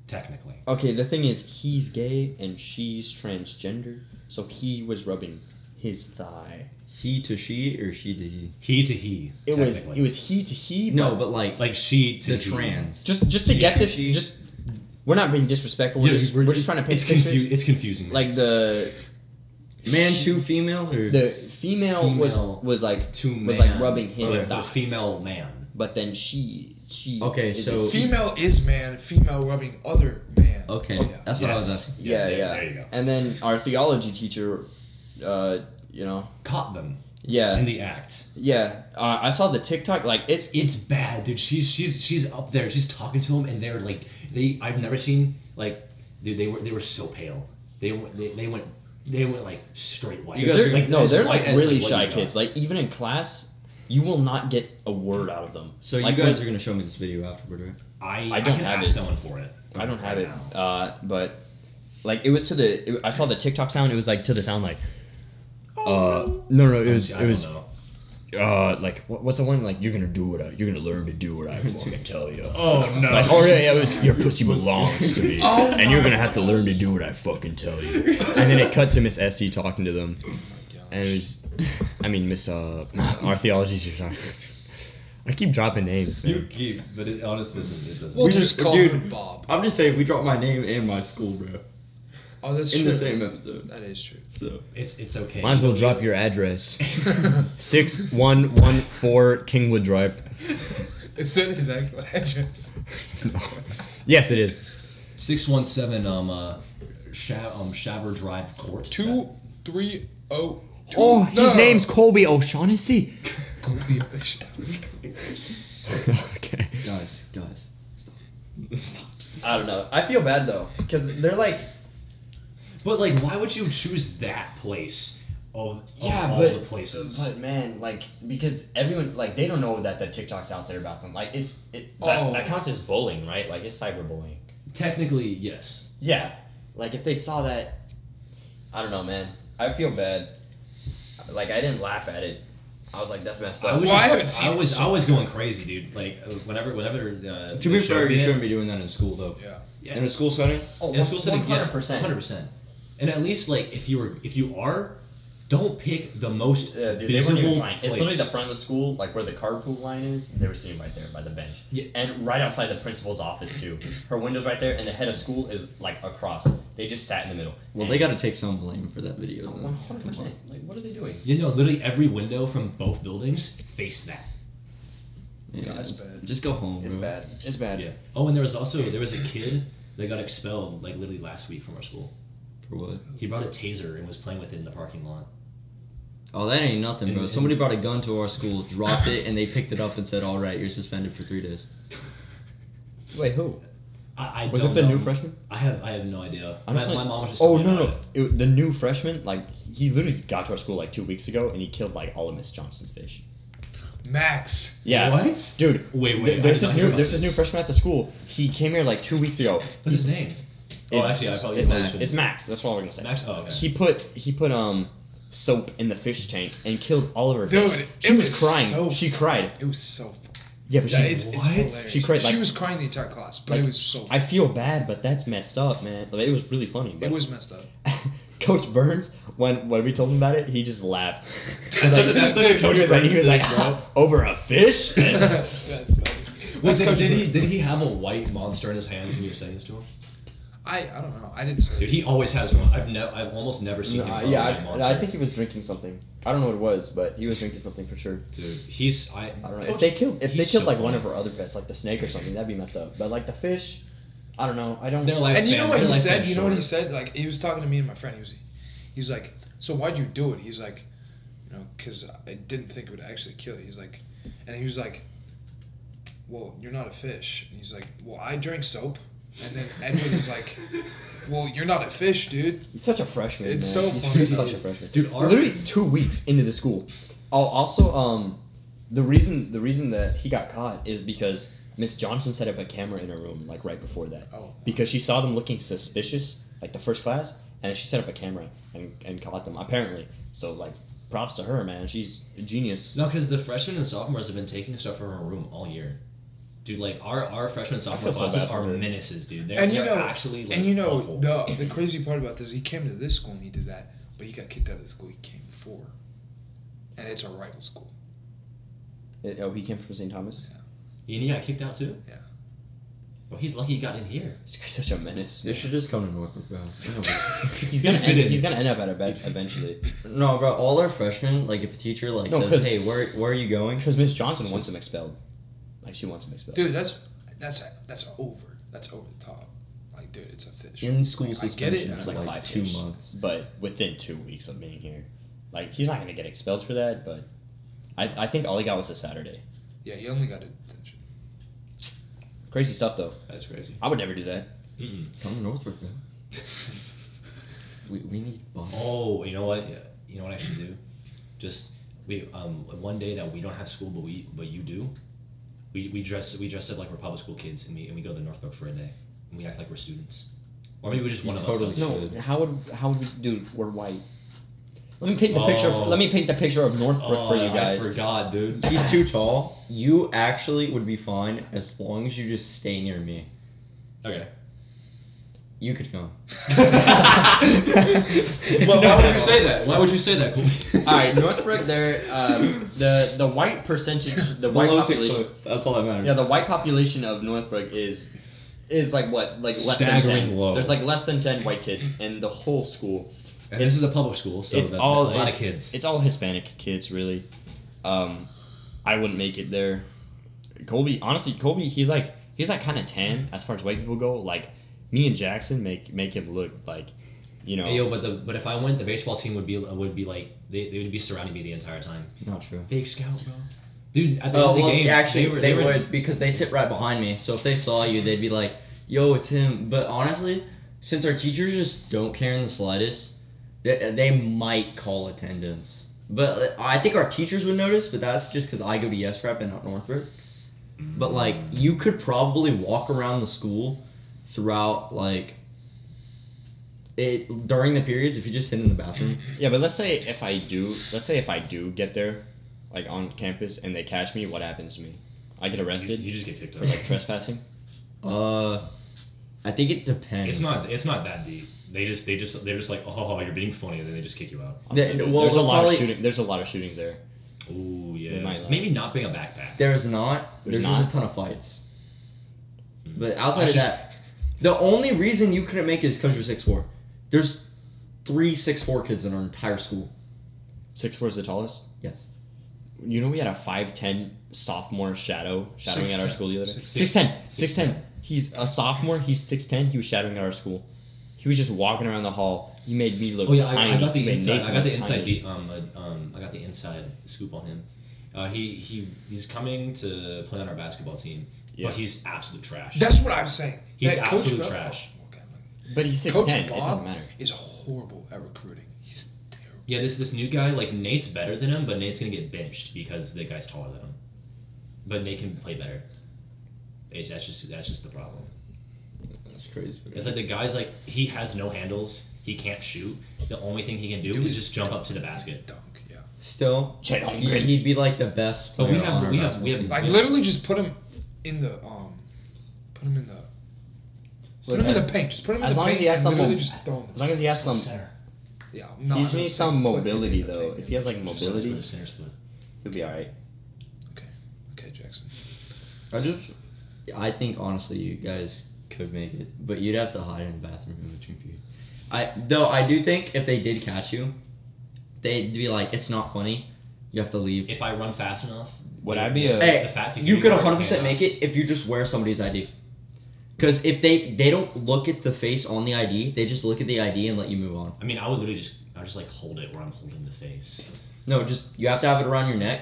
[SPEAKER 3] technically.
[SPEAKER 8] Okay, the thing is, he's gay and she's transgender, so he was rubbing his thigh.
[SPEAKER 5] He to she or she to he?
[SPEAKER 3] He to he.
[SPEAKER 8] It was
[SPEAKER 3] technically.
[SPEAKER 8] it was he to he.
[SPEAKER 5] No, but like,
[SPEAKER 3] like she to
[SPEAKER 5] the
[SPEAKER 3] he.
[SPEAKER 5] trans.
[SPEAKER 8] just just to get this, just we're not being disrespectful. We're
[SPEAKER 3] Yeah,
[SPEAKER 8] just we're, just trying to paint
[SPEAKER 3] It's,
[SPEAKER 8] a picture.
[SPEAKER 3] confu- it's confusing.
[SPEAKER 8] Like the
[SPEAKER 5] Man to female or
[SPEAKER 8] the female, was
[SPEAKER 3] Female
[SPEAKER 8] was like
[SPEAKER 3] to
[SPEAKER 8] was
[SPEAKER 3] man.
[SPEAKER 8] like rubbing his
[SPEAKER 3] Or
[SPEAKER 8] thigh,
[SPEAKER 3] the female man.
[SPEAKER 8] but then she she
[SPEAKER 5] Okay,
[SPEAKER 8] is
[SPEAKER 5] so-
[SPEAKER 8] a fe-
[SPEAKER 4] Female is man, female rubbing other man.
[SPEAKER 5] okay,
[SPEAKER 4] Yeah.
[SPEAKER 5] that's what I was asking.
[SPEAKER 8] yeah yeah.
[SPEAKER 3] There you go.
[SPEAKER 8] And then our theology teacher, uh, you know,
[SPEAKER 3] Caught them
[SPEAKER 8] yeah
[SPEAKER 3] in the act.
[SPEAKER 8] yeah. Uh, I saw the TikTok like it's
[SPEAKER 3] It's bad, dude. She's she's she's up there. She's talking to him, and they're like they. I've never seen like dude. They were they were so pale. They went they, they went they went like straight white.
[SPEAKER 8] Because they're,
[SPEAKER 3] like
[SPEAKER 8] no,
[SPEAKER 3] as
[SPEAKER 8] they're
[SPEAKER 3] white
[SPEAKER 8] like
[SPEAKER 3] as,
[SPEAKER 8] really
[SPEAKER 3] what
[SPEAKER 8] shy
[SPEAKER 3] you got.
[SPEAKER 8] kids. Like even in class, you will not get a word out of them.
[SPEAKER 5] So you
[SPEAKER 8] like,
[SPEAKER 5] guys
[SPEAKER 8] when-
[SPEAKER 5] are gonna show me this video afterward, right?
[SPEAKER 3] I I,
[SPEAKER 8] I don't
[SPEAKER 3] can
[SPEAKER 8] have
[SPEAKER 3] ask
[SPEAKER 8] it.
[SPEAKER 3] someone for it.
[SPEAKER 8] I don't have
[SPEAKER 3] right
[SPEAKER 8] it,
[SPEAKER 3] now.
[SPEAKER 8] uh, but like it was to the. It, I saw the TikTok sound. It was like to the sound like.
[SPEAKER 3] Oh,
[SPEAKER 8] Uh, no, no, it was
[SPEAKER 3] I
[SPEAKER 8] it
[SPEAKER 3] don't
[SPEAKER 8] was
[SPEAKER 3] know.
[SPEAKER 8] uh like what, what's the one like you're gonna do what I, you're gonna learn to do what I fucking tell you.
[SPEAKER 3] Oh no! Oh,
[SPEAKER 8] Like, oh yeah, yeah, it was your pussy belongs to me, and you're gonna have to learn to do what I fucking tell you. And then it cut to Miss Esty talking to them,
[SPEAKER 3] Oh,
[SPEAKER 8] and it was, I mean Miss uh, our theology teacher. I keep dropping names, man.
[SPEAKER 3] keep, but it honestly doesn't. It doesn't.
[SPEAKER 4] We'll just
[SPEAKER 5] just-
[SPEAKER 4] call
[SPEAKER 5] dude.
[SPEAKER 4] him Bob.
[SPEAKER 5] I'm just saying we dropped my name and my school, bro,
[SPEAKER 4] Oh, that's
[SPEAKER 5] in
[SPEAKER 4] true.
[SPEAKER 5] the same episode.
[SPEAKER 4] That is true.
[SPEAKER 5] So
[SPEAKER 3] It's it's okay.
[SPEAKER 2] Might as well drop your address. Six one one four Kingwood Drive.
[SPEAKER 4] Is that exactly what address?
[SPEAKER 2] Yes, it is.
[SPEAKER 3] Six one seven um uh, Sha- um Shaver Drive Court.
[SPEAKER 4] Two, three, oh. two-
[SPEAKER 2] Oh, his
[SPEAKER 4] no.
[SPEAKER 2] name's Colby O'Shaughnessy. okay.
[SPEAKER 5] guys, guys, stop. Stop.
[SPEAKER 8] I don't know. I feel bad though, cause they're like,
[SPEAKER 3] But like, why would you choose that place of, of
[SPEAKER 8] Yeah,
[SPEAKER 3] all
[SPEAKER 8] but-
[SPEAKER 3] the places?
[SPEAKER 8] but man, like because everyone like they don't know that the TikToks out there about them. Like it's it that,
[SPEAKER 4] Oh.
[SPEAKER 8] that counts as bullying, right? Like it's cyberbullying.
[SPEAKER 3] Technically, yes.
[SPEAKER 8] Yeah. Like if they saw that, I don't know, man. I feel bad. Like I didn't laugh at it. I was like, that's messed up.
[SPEAKER 3] was,
[SPEAKER 4] Well, I haven't seen
[SPEAKER 3] I
[SPEAKER 4] it,
[SPEAKER 3] was,
[SPEAKER 4] so-
[SPEAKER 3] I was going crazy, dude. Like uh, whenever, whenever. Uh, they
[SPEAKER 5] To be
[SPEAKER 3] showed
[SPEAKER 5] fair,
[SPEAKER 3] me
[SPEAKER 5] you
[SPEAKER 3] it-
[SPEAKER 5] shouldn't be doing that in school though.
[SPEAKER 4] Yeah.
[SPEAKER 5] In a school setting,
[SPEAKER 8] Oh,
[SPEAKER 3] in a school setting. One hundred percent. One
[SPEAKER 8] 100%.
[SPEAKER 3] hundred percent. And at least like, if you were, if you are, don't pick the most
[SPEAKER 8] Yeah, dude, they weren't
[SPEAKER 3] visible
[SPEAKER 8] even trying.
[SPEAKER 3] place.
[SPEAKER 8] It's literally the front of the school, like where the carpool line is. They were sitting right there by the bench,
[SPEAKER 3] Yeah.
[SPEAKER 8] and right outside the principal's office too. Her window's right there, and the head of school is like across. They just sat in the middle.
[SPEAKER 5] well, they got to take some blame for that video. Then.
[SPEAKER 8] one hundred percent. Like, what are they doing?
[SPEAKER 3] You know, literally every window from both buildings face that.
[SPEAKER 5] Yeah.
[SPEAKER 4] That's bad.
[SPEAKER 5] Just go home.
[SPEAKER 8] It's
[SPEAKER 5] bro.
[SPEAKER 8] bad. It's bad.
[SPEAKER 3] Yeah. Oh, and there was also there was a kid that got expelled like literally last week from our school.
[SPEAKER 5] For what?
[SPEAKER 3] He brought a taser and was playing with it in the parking lot.
[SPEAKER 5] Oh, that ain't nothing,
[SPEAKER 3] And-
[SPEAKER 5] bro.
[SPEAKER 3] and-
[SPEAKER 5] Somebody brought a gun to our school, dropped it, and they picked it up and said, "All right, you're suspended for three days."
[SPEAKER 8] Wait, who?
[SPEAKER 3] I, I
[SPEAKER 8] Was
[SPEAKER 3] don't
[SPEAKER 8] it the
[SPEAKER 3] know.
[SPEAKER 8] new freshman?
[SPEAKER 3] I have I have no idea. My,
[SPEAKER 8] I'm just
[SPEAKER 3] my
[SPEAKER 8] like-
[SPEAKER 3] mom was just.
[SPEAKER 8] Oh
[SPEAKER 3] telling me
[SPEAKER 8] no
[SPEAKER 3] about
[SPEAKER 8] no! It, was- the new freshman, like he literally got to our school like two weeks ago, and he killed like all of Miss Johnson's fish.
[SPEAKER 4] Max.
[SPEAKER 8] Yeah.
[SPEAKER 3] What?
[SPEAKER 8] Dude,
[SPEAKER 3] Wait,
[SPEAKER 8] th-
[SPEAKER 3] wait, I did
[SPEAKER 8] there's this
[SPEAKER 3] not
[SPEAKER 8] new
[SPEAKER 3] hear about
[SPEAKER 8] there's this new
[SPEAKER 3] this.
[SPEAKER 8] freshman at the school. He came here like two weeks ago.
[SPEAKER 3] What's his name? Oh, actually, I probably
[SPEAKER 8] it's,
[SPEAKER 3] know.
[SPEAKER 8] it's Max. That's what we're gonna say.
[SPEAKER 3] Max. Oh, okay.
[SPEAKER 8] He put he put um soap in the fish tank and killed all of her
[SPEAKER 4] Dude,
[SPEAKER 8] fish.
[SPEAKER 4] it
[SPEAKER 8] She was,
[SPEAKER 4] was
[SPEAKER 8] crying.
[SPEAKER 4] so
[SPEAKER 8] she cried.
[SPEAKER 4] It was so funny.
[SPEAKER 8] Yeah, but
[SPEAKER 4] Yeah,
[SPEAKER 8] she.
[SPEAKER 4] it's, it's hilarious.
[SPEAKER 8] She cried, like-
[SPEAKER 4] was crying the entire class, but
[SPEAKER 8] like,
[SPEAKER 4] it was so
[SPEAKER 8] I feel bad, but that's messed up, man. Like, it was really funny. But
[SPEAKER 4] It was messed up.
[SPEAKER 8] Coach Burns, when when we told him about it, he just laughed. He was
[SPEAKER 4] such a-
[SPEAKER 8] like,
[SPEAKER 4] that's such a
[SPEAKER 8] he was like, he was like, over a fish.
[SPEAKER 4] That's- that's-
[SPEAKER 3] Wait,
[SPEAKER 4] That's
[SPEAKER 3] did,
[SPEAKER 4] Coach
[SPEAKER 3] did he
[SPEAKER 4] Booth.
[SPEAKER 3] did he have a white monster in his hands when you were saying this to him?
[SPEAKER 4] I, I don't know. I didn't say
[SPEAKER 3] Dude, he always has one. I've never I've almost never seen him.
[SPEAKER 8] Nah,
[SPEAKER 3] throw a
[SPEAKER 8] yeah,
[SPEAKER 3] white monster.
[SPEAKER 8] I, I think he was drinking something. I don't know what it was, but he was drinking something for sure.
[SPEAKER 3] Dude, he's I,
[SPEAKER 8] I don't know. If they killed, if they
[SPEAKER 3] He's
[SPEAKER 8] killed
[SPEAKER 3] so
[SPEAKER 8] like one
[SPEAKER 3] funny.
[SPEAKER 8] of her other pets, like the snake or something, that'd be messed up. But like the fish, I don't know. I don't.
[SPEAKER 3] Their lifespan.
[SPEAKER 4] And you know what
[SPEAKER 3] their
[SPEAKER 4] he
[SPEAKER 3] lifespan's
[SPEAKER 4] said? You know what he
[SPEAKER 3] shorter.
[SPEAKER 4] said? Like he was talking to me and my friend. He was, he was like, "So why'd you do it?" He's like, "You know, because I didn't think it would actually kill you." He's like, and he was like, "Well, you're not a fish." And he's like, "Well, I drank soap." And then Edwin was like, "Well, you're not a fish, dude."
[SPEAKER 8] He's such a freshman.
[SPEAKER 4] It's
[SPEAKER 8] man.
[SPEAKER 4] so
[SPEAKER 8] he's,
[SPEAKER 4] funny.
[SPEAKER 8] he's such a freshman.
[SPEAKER 3] Dude, our-
[SPEAKER 8] literally two weeks into the school. Oh, also, um, the reason the reason that he got caught is because Miss Johnson set up a camera in her room like right before that.
[SPEAKER 4] Oh.
[SPEAKER 8] Because she saw them looking suspicious, like the first class, and she set up a camera and, and caught them apparently. So like, props to her, man. She's a genius.
[SPEAKER 3] No, because the freshmen and sophomores have been taking stuff from our room all year. Dude, like our our freshman and sophomore
[SPEAKER 8] so
[SPEAKER 3] classes
[SPEAKER 8] bad for
[SPEAKER 3] are
[SPEAKER 8] her.
[SPEAKER 3] menaces, dude. They're,
[SPEAKER 4] And you
[SPEAKER 3] they're
[SPEAKER 4] know,
[SPEAKER 3] actually like
[SPEAKER 4] and you know
[SPEAKER 3] awful.
[SPEAKER 4] the the crazy part about this, he came to this school and he did that, but he got kicked out of the school he came before, and it's a rival school.
[SPEAKER 8] Oh, he came from St. Thomas.
[SPEAKER 3] and he got kicked out too.
[SPEAKER 4] Yeah.
[SPEAKER 3] Well, he's lucky he got in here.
[SPEAKER 8] This guy's such a menace.
[SPEAKER 5] They
[SPEAKER 8] man.
[SPEAKER 5] should just come to Northbrook, bro.
[SPEAKER 8] He's
[SPEAKER 3] He'd
[SPEAKER 8] gonna
[SPEAKER 3] fit
[SPEAKER 8] end,
[SPEAKER 3] in.
[SPEAKER 8] he's gonna end up at a bed eventually.
[SPEAKER 5] no, bro. All our freshmen, like, if a teacher like
[SPEAKER 8] No,
[SPEAKER 5] says,
[SPEAKER 8] 'cause-
[SPEAKER 5] "Hey, where where are you going?"
[SPEAKER 8] Because Miss Johnson wants him expelled. Like she wants him expelled.
[SPEAKER 4] Dude, that's that's that's over. That's over the top. Like, dude, it's a fish.
[SPEAKER 5] In school
[SPEAKER 4] Like, I get it.
[SPEAKER 5] suspension
[SPEAKER 4] I
[SPEAKER 5] for
[SPEAKER 4] like
[SPEAKER 5] like,
[SPEAKER 8] five
[SPEAKER 5] two
[SPEAKER 8] years.
[SPEAKER 5] months.
[SPEAKER 8] But within two weeks of being here, like he's not gonna get expelled for that. But I, I think all he got was a Saturday.
[SPEAKER 4] Yeah, he only got a detention.
[SPEAKER 8] Crazy stuff though.
[SPEAKER 3] That's crazy.
[SPEAKER 8] I would never do that.
[SPEAKER 3] Mm-mm.
[SPEAKER 5] Come to Northbrook, bro. We, we need bodies.
[SPEAKER 3] Oh, you know what? Yeah. You know what I should do? Just we um one day that we don't have school, but we but you do. We, we dress we dress up like we're public school kids, and we and we go to Northbrook for a day, and we act like we're students, or maybe we just one of us.
[SPEAKER 5] Totally
[SPEAKER 3] Goes.
[SPEAKER 5] No,
[SPEAKER 8] How would how would we, dude? We're white. Let me paint the
[SPEAKER 3] Oh.
[SPEAKER 8] picture. Let me paint the picture of Northbrook
[SPEAKER 3] Oh,
[SPEAKER 8] for you
[SPEAKER 3] I
[SPEAKER 8] guys.
[SPEAKER 3] forgot, dude.
[SPEAKER 5] He's too tall. You actually would be fine as long as you just stay near me.
[SPEAKER 3] Okay.
[SPEAKER 5] You could come.
[SPEAKER 3] Well, why would you say that? Why would you say that, Colby?
[SPEAKER 8] all right, Northbrook. There, um, the the white percentage, the white
[SPEAKER 5] Below
[SPEAKER 8] population.
[SPEAKER 5] six foot. That's all that matters.
[SPEAKER 8] Yeah, the white population of Northbrook is is like what like less than
[SPEAKER 3] Staggering
[SPEAKER 8] ten.
[SPEAKER 3] low.
[SPEAKER 8] There's like less than ten white kids in the whole school.
[SPEAKER 3] And this is a public school, so
[SPEAKER 8] it's
[SPEAKER 3] that-
[SPEAKER 8] all
[SPEAKER 3] a lot of
[SPEAKER 8] it's-
[SPEAKER 3] kids.
[SPEAKER 8] It's all Hispanic kids, really. Um, I wouldn't make it there. Colby, honestly, Colby, he's like he's like kind of tan as far as white people go. Like me and Jackson make make him look like, you know,
[SPEAKER 3] Hey, yo, but the but if I went, the baseball team would be would be like they, they would be surrounding me the entire time.
[SPEAKER 5] Not true.
[SPEAKER 3] Fake scout, bro. Dude, at the end
[SPEAKER 5] Oh,
[SPEAKER 3] of the
[SPEAKER 5] well,
[SPEAKER 3] game,
[SPEAKER 5] actually, they,
[SPEAKER 3] were,
[SPEAKER 5] would because they sit right behind me. So if they saw you, they'd be like, "Yo, it's him." But honestly, since our teachers just don't care in the slightest, they, they might call attendance. But uh, I think our teachers would notice. But that's just because I go to Yes Prep and not Northbrook. But like, you could probably walk around the school throughout like it during the periods if you just hid in the bathroom.
[SPEAKER 8] yeah. But let's say if I do, let's say if I do get there, like on campus, and they catch me, what happens to me? I get
[SPEAKER 3] You,
[SPEAKER 8] arrested
[SPEAKER 3] you just get picked up.
[SPEAKER 8] for like trespassing.
[SPEAKER 5] Uh, I think it
[SPEAKER 3] Mm-hmm.
[SPEAKER 5] depends.
[SPEAKER 3] It's not it's not that deep. They just they just they're just like oh you're being funny and then they just kick you out.
[SPEAKER 5] Yeah, well,
[SPEAKER 8] there's a
[SPEAKER 5] they'll
[SPEAKER 8] lot
[SPEAKER 5] probably-
[SPEAKER 8] of shooting. There's a lot of shootings there.
[SPEAKER 3] Ooh yeah.
[SPEAKER 8] might not.
[SPEAKER 3] Maybe not bring a backpack.
[SPEAKER 5] There's not.
[SPEAKER 8] There's
[SPEAKER 5] There's,
[SPEAKER 8] not?
[SPEAKER 5] just a ton of fights. But outside of that, the only reason you couldn't make it is because you're six four. There's three six four kids in our entire school.
[SPEAKER 8] Six four is the tallest.
[SPEAKER 5] Yes.
[SPEAKER 8] You know we had a five ten sophomore shadow shadowing at our
[SPEAKER 4] 6'10".
[SPEAKER 8] school the other day.
[SPEAKER 4] Six-
[SPEAKER 8] Six ten. Six ten. He's a sophomore. He's six ten. He was shadowing at our school. He was just walking around the hall. He made me look.
[SPEAKER 3] Oh yeah,
[SPEAKER 8] tiny.
[SPEAKER 3] I, I got
[SPEAKER 8] He
[SPEAKER 3] the
[SPEAKER 8] made
[SPEAKER 3] inside.
[SPEAKER 8] Nathan
[SPEAKER 3] I got the
[SPEAKER 8] look
[SPEAKER 3] inside.
[SPEAKER 8] tiny.
[SPEAKER 3] De- um, uh, um, I got the inside scoop on him. Uh, he he he's coming to play on our basketball team,
[SPEAKER 8] Yeah.
[SPEAKER 3] but he's absolute trash.
[SPEAKER 4] That's what I'm saying.
[SPEAKER 3] He's
[SPEAKER 4] That
[SPEAKER 3] absolute
[SPEAKER 4] Fel-
[SPEAKER 3] trash.
[SPEAKER 4] Oh, okay, like,
[SPEAKER 8] But he's six
[SPEAKER 4] Coach
[SPEAKER 8] ten. It doesn't
[SPEAKER 4] Bob
[SPEAKER 8] matter.
[SPEAKER 4] is horrible at recruiting. He's terrible.
[SPEAKER 3] yeah, this this new guy like Nate's better than him, but Nate's gonna get benched because the guy's taller than him. But Nate can play better. It's, that's just that's just the problem.
[SPEAKER 5] That's crazy.
[SPEAKER 3] It's like the guy's like he has no handles. He can't shoot. The only thing he can do is just jump up to the basket.
[SPEAKER 4] Dunk. Yeah.
[SPEAKER 5] Still,
[SPEAKER 8] Chet
[SPEAKER 5] he,
[SPEAKER 8] Holmgren.
[SPEAKER 5] he'd be like the best.
[SPEAKER 3] But we
[SPEAKER 5] player
[SPEAKER 3] have-
[SPEAKER 5] on our
[SPEAKER 3] we have-
[SPEAKER 5] basketball
[SPEAKER 3] we have-
[SPEAKER 5] team.
[SPEAKER 4] Like
[SPEAKER 3] Yeah.
[SPEAKER 4] literally, just put him in the um, put him in the. Put him in the paint. Just put him in
[SPEAKER 8] as
[SPEAKER 4] the
[SPEAKER 8] long as
[SPEAKER 4] paint.
[SPEAKER 8] he has
[SPEAKER 4] and
[SPEAKER 8] some
[SPEAKER 4] literally
[SPEAKER 8] mo-
[SPEAKER 4] just throw him.
[SPEAKER 8] As long as he has some,
[SPEAKER 4] Yeah. No,
[SPEAKER 8] he
[SPEAKER 4] I'm
[SPEAKER 8] needs
[SPEAKER 4] saying
[SPEAKER 8] some
[SPEAKER 4] put him in
[SPEAKER 8] mobility
[SPEAKER 4] the
[SPEAKER 8] though.
[SPEAKER 4] paint.
[SPEAKER 8] If he has like mobility,
[SPEAKER 3] center split.
[SPEAKER 8] he'll be all right.
[SPEAKER 4] Okay. Okay, Jackson.
[SPEAKER 5] I just I think honestly, you guys could make it, but you'd have to hide in the bathroom in between people. I though I do think if they did catch you, they'd be like, "It's not funny. You have to leave."
[SPEAKER 3] If I run fast enough,
[SPEAKER 8] Would I be a?
[SPEAKER 5] Hey,
[SPEAKER 3] the fast
[SPEAKER 5] you could
[SPEAKER 3] guard
[SPEAKER 5] 100 percent
[SPEAKER 3] came out.
[SPEAKER 5] make it if you just wear somebody's ID. Because if they they don't look at the face on the ID, they just look at the ID and let you move on.
[SPEAKER 3] I mean, I would literally just, I would just like hold it where I'm holding the face.
[SPEAKER 5] No, just you have to have it around your neck.